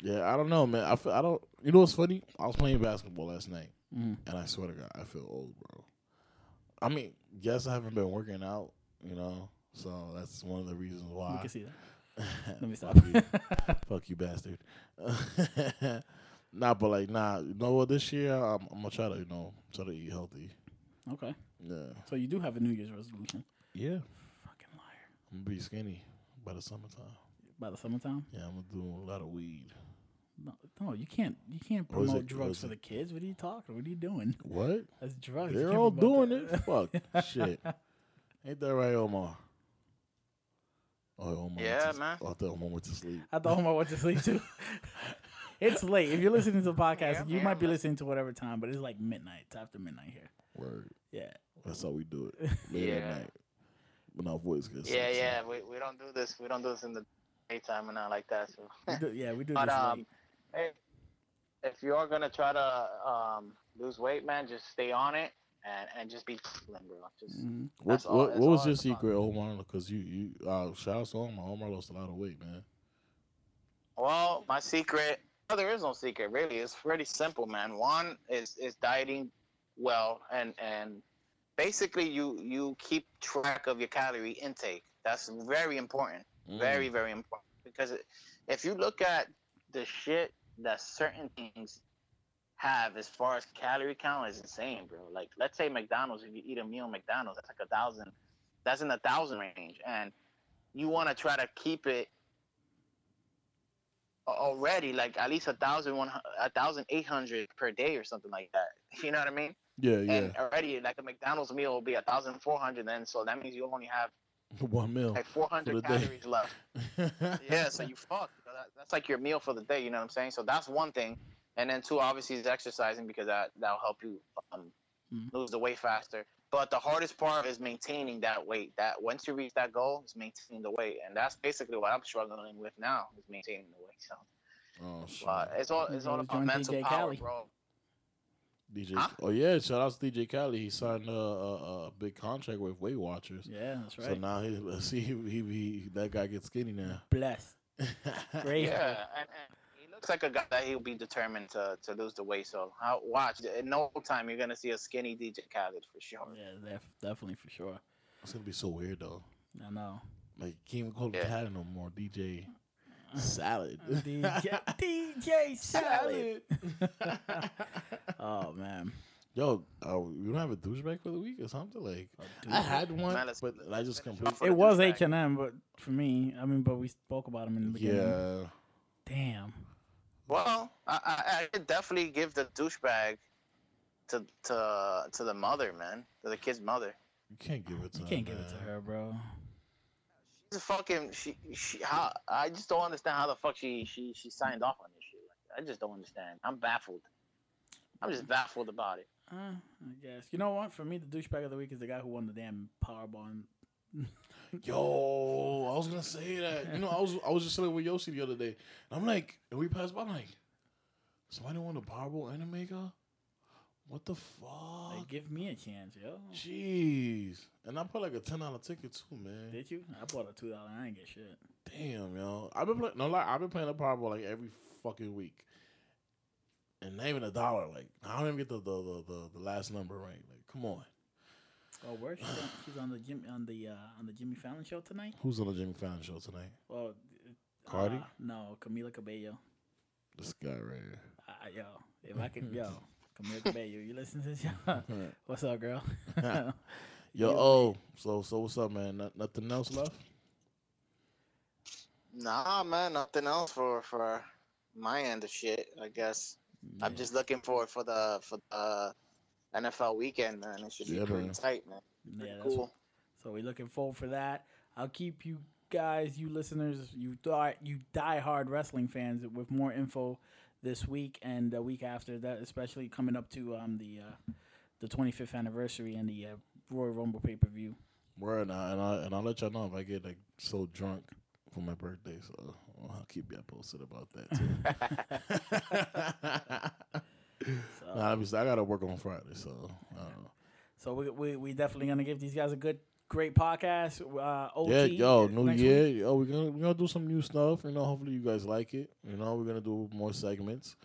yeah, I don't know, man. I feel, I don't. You know what's funny? I was playing basketball last night,
Mhm.
and I swear to God, I feel old, bro. I mean, yes, I haven't been working out, you know, so that's one of the reasons
We
why.
can see that. Let me stop.
Fuck you. Fuck you, bastard. nah, but like, nah. You know what? This year, I'm, I'm gonna try to, you know, try to eat healthy.
okay.
Yeah.
So you do have a New Year's resolution.
Yeah.
Fucking liar.
I'm gonna be skinny by the summertime.
By the summertime?
Yeah, I'm gonna do a lot of weed.
No, no you can't. You can't
Or is
promote
it- or
drugs
is
for
it-
the kids. What are you talking? What are you doing?
What?
That's drugs. You
They're
can't
all
promote
doing
that.
it. Fuck. Shit. Ain't that right, Omar? Oh, Omar. went
Yeah,
to,
man.
Oh, I thought Omar went to sleep.
I thought Omar went to sleep too. it's late. If you're listening to the podcast,
Yeah,
you
yeah,
might be
man.
listening to whatever time, but it's like midnight. It's after midnight here.
Word.
Yeah.
That's how we do it. Late
Yeah.
at night. When our voice gets
Yeah,
sexy.
yeah. We, we don't do this. We don't do this in the daytime and not like that. So.
We do, yeah, we do
But
this
um,
late.
if, if you are gonna try to um, lose weight, man, just stay on it. and and just be chilling, bro. Just
hmm
What
That's all-
what,
that's
what was
all
your
it's about.
secret, Omar? Because you you uh, shout out to Omar. Omar lost a lot of weight, man.
Well, my secret. No, there is no secret really. It's pretty simple, man. One is is dieting well, and and basically you you keep track of your calorie intake. That's very important.
Mm.
Very very important because it, if you look at the shit that certain things have as far as calorie count is insane, bro. Like let's say McDonald's. If you eat a meal at McDonald's, that's like a thousand. That's in the thousand range, and you want to try to keep it a- already like at least a thousand one hu- a thousand eight hundred per day or something like that. You know what I mean?
yeah, yeah.
And already like a McDonald's meal will be a thousand four hundred then, so that means you only have
One Oh, meal.
like four
the
hundred
day.
calories left. Yeah, so you fuck. You know, that, that's like your meal for the day. You know what I'm saying? So that's one thing. And then two, obviously, is exercising because that that'll help you um,
Mhm.
lose the weight faster. But the hardest part is maintaining that weight. That once you reach that goal, is maintaining the weight, and that's basically what I'm struggling with now is maintaining the weight. So.
oh shit.
Wow, it's all
You
it's all
gotta
about
join
mental
DJ
power,
Khaled.
bro.
DJ.
Huh?
Oh yeah, shout out to DJ Cali. He signed a, a, a big contract with Weight Watchers.
Yeah, that's
So
right.
now he see he, he, he that guy gets skinny now.
Blessed. Great.
Yeah, and, and he looks like a guy that he'll be determined to, to lose the weight. So how, watch in no time you're gonna see a skinny DJ Khaled for sure.
Yeah, def- definitely for sure.
it's gonna be so weird though.
I know.
Like you can't even call him
Yeah.
Cali no more. DJ Salad.
DJ, DJ Salad. Oh man.
Yo, uh, you don't have a douchebag for the week or something like?
dude.
I had one,
Man, let's-
but I just
finish
completely.
off. For
It
the
was
douchebag.
H and M, but for me, I mean, but we spoke about him in the beginning.
Yeah,
Damn.
Well, I, I, I could definitely give the douchebag to to to the mother, man, to the kid's mother.
you can't give it to.
You can't
him,
give it to
man.
her, bro.
She's a fucking she she. How I just don't understand how the fuck she she she signed off on this shit. Like, I just don't understand. I'm baffled. I'm just baffled about it.
Uh, I guess. You know what? For me, the douchebag of the week is the guy who won the damn Powerball. and-
Yo, I was gonna say that. You know, I was I was just sitting with Yoshi the other day, and I'm like, and we passed by, I'm like, somebody won the Powerball and a mega. What the fuck?
Oh,
Like, give me a chance, yo.
Jeez. And I put like a ten dollar ticket too, man.
Did you? I bought a two dollar. I ain't get shit.
Damn, yo. I've been playing no like I've been playing the Powerball like every fucking week. And not even a dollar. Like I don't even get the the, the, the, the last number right. Like, come on.
Oh, where she's on, she's on the Jim on the uh, on the Jimmy Fallon show tonight.
Who's on the Jimmy Fallon show tonight?
Well, uh,
Cardi?
no, Camila Cabello.
This guy right
Uh, yo, if I could, yo, Camila Cabello, you listen to this? Yo?
here.
What's up, girl?
Yo,
Yeah.
oh, so so what's up, man? Not, nothing else left?
Nah, man, nothing else for for my end of shit. I guess I'm
Yeah.
just looking forward for the for the NFL weekend, man. It should be
Yeah,
pretty
man.
tight, man. Pretty
yeah, that's
cool.
So we're looking forward for that. I'll keep you guys, you listeners, you die, you diehard wrestling fans with more info this week and the week after that, especially coming up to um the uh, the 25th anniversary and the uh, Royal Rumble pay per view.
Word, and I, and I and I'll let y'all know if I get like so drunk for my birthday, so I'll keep y'all posted about that too.
So,
nah, obviously, I gotta work on Friday, so I don't know.
so we, we we definitely gonna give these guys a good great podcast. Uh, OT
yeah, yo, new
next
year,
week.
yo, we're gonna we're gonna do some new stuff. You know, hopefully you guys like it. You know, we're gonna do more segments.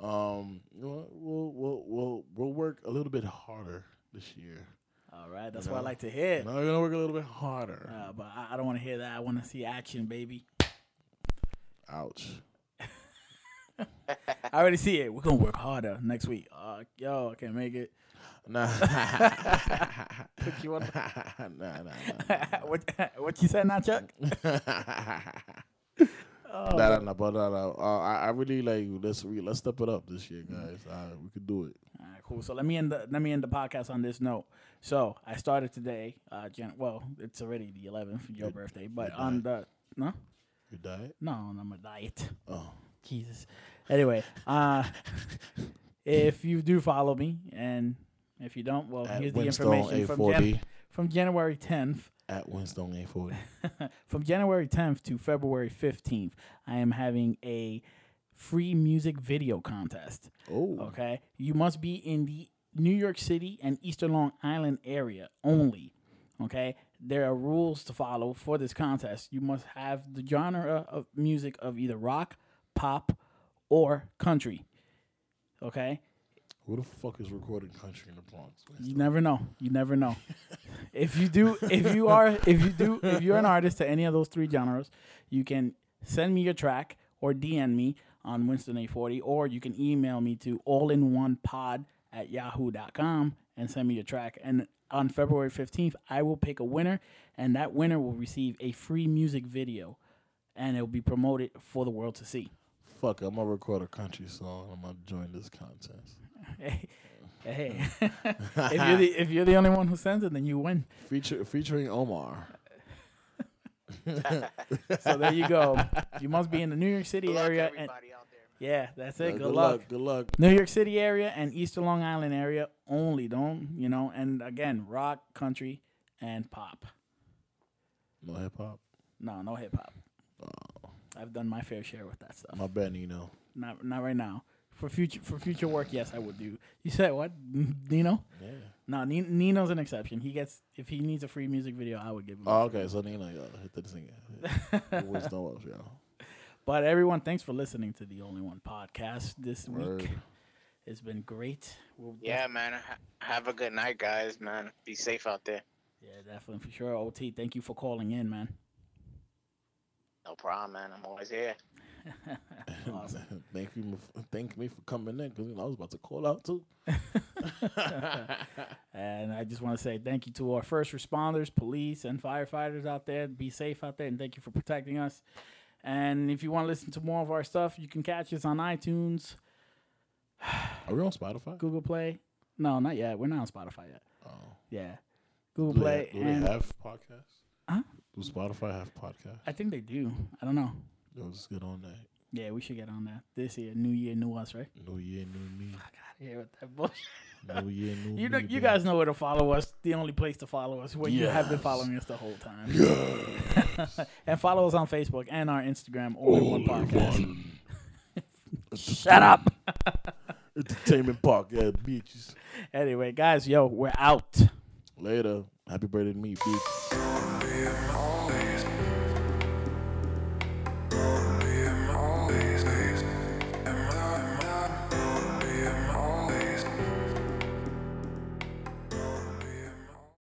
Um, you know, we'll we'll we'll we'll work a little bit harder this year.
All right, that's
You
what I
know,
like to hear.
You know, we're gonna work a little bit harder.
Uh, but I, I don't want to hear that. I want to see action, baby.
Ouch.
I already see it. We're gonna work harder next week. Uh, yo, I can't make it.
Nah.
Took you on-
nah, nah, nah.
what what you said now, Chuck? Oh,
nah, nah, nah, but nah, nah. Uh, I, I really like let's we, let's step it up this year, guys.
Mm-hmm.
Uh, we could do it.
All right, cool. So let me end the let me end the podcast on this note. So I started today. Uh, Jan- well, it's already the 11th, your
Good-
birthday, but
good
on the no,
You diet?
no, I'm a diet.
Oh,
Jesus. Anyway, uh, if you do follow me, and if you don't, well,
Uh, At
here's the
Winstone
information from
840.
Jan- from January 10th.
at Winston A forty.
from January 10th to February 15th, I am having a free music video contest.
Oh,
Okay. You must be in the New York City and Eastern Long Island area only. Okay, there are rules to follow for this contest. You must have the genre of music of either rock, pop, or country. Okay,
Who the fuck is recording country in the Bronx?
you never know. You never know. if you do, if you are, if you do, if you're an artist to any of those three genres, you can send me your track or DM me on Winston A40, or you can email me to allinonepod at yahoo.com and send me your track. And on February 15th, I will pick a winner, and that winner will receive a free music video, and it will be promoted for the world to see.
Fuck, I'm gonna record a country song. I'm gonna join this contest.
Hey, hey. if, you're the, if you're the only one who sends it, then you win.
Feature featuring Omar.
So there you go. You must be in the New York City
Good luck,
area. And,
everybody out there, man.
yeah, that's it.
Yeah,
good, luck.
Good luck.
New York City area and Eastern Long Island area only. Don't you know? And again, rock, country, and pop.
No hip hop.
No, no hip hop. I've done my fair share with that stuff.
Oh. My bad, Nino.
Not not right now. For future for future work, yes, I would do. You said what, Nino?
Yeah.
No, Ni- Nino's an exception. He gets if he needs a free music video, I would give him. a
Oh,
free
okay. So Nino, y'all hit the thing. What's no up, y'all?
But everyone, thanks for listening to the Only One podcast this week.
Word.
It's been great. We'll
Yeah, man. Ha- Have a good night, guys, man. Be safe out there.
def- yeah, definitely for sure. OT, thank you for calling in, man.
No problem, man. I'm always here.
Awesome.
thank you, m- thank me for coming in because you know, I was about to call out too.
and I just want to say thank you to our first responders, police, and firefighters out there. Be safe out there, and thank you for protecting us. And if you want to listen to more of our stuff, you can catch us on iTunes,
Are we on Spotify?
Google Play. No, not yet. We're not on Spotify yet.
Oh.
Yeah, Google
Do
Play.
they, do
and
they have podcasts?
Huh?
Do Spotify have podcasts?
I think they do. I don't know.
Yo, let's get on that.
Yeah, we should get on that this year. New year, new us, right?
New year, new me.
God, yeah, with that bullshit.
New year, new
You know,
me,
you
baby.
guys know where to follow us. The only place to follow us where you have been
Yes.
following us the whole time. and follow us on Facebook and our Instagram, Only One Podcast. Shut up.
Entertainment Park, yeah, beaches.
Anyway, guys, yo, we're out.
Later. Happy birthday to me, bitch.
All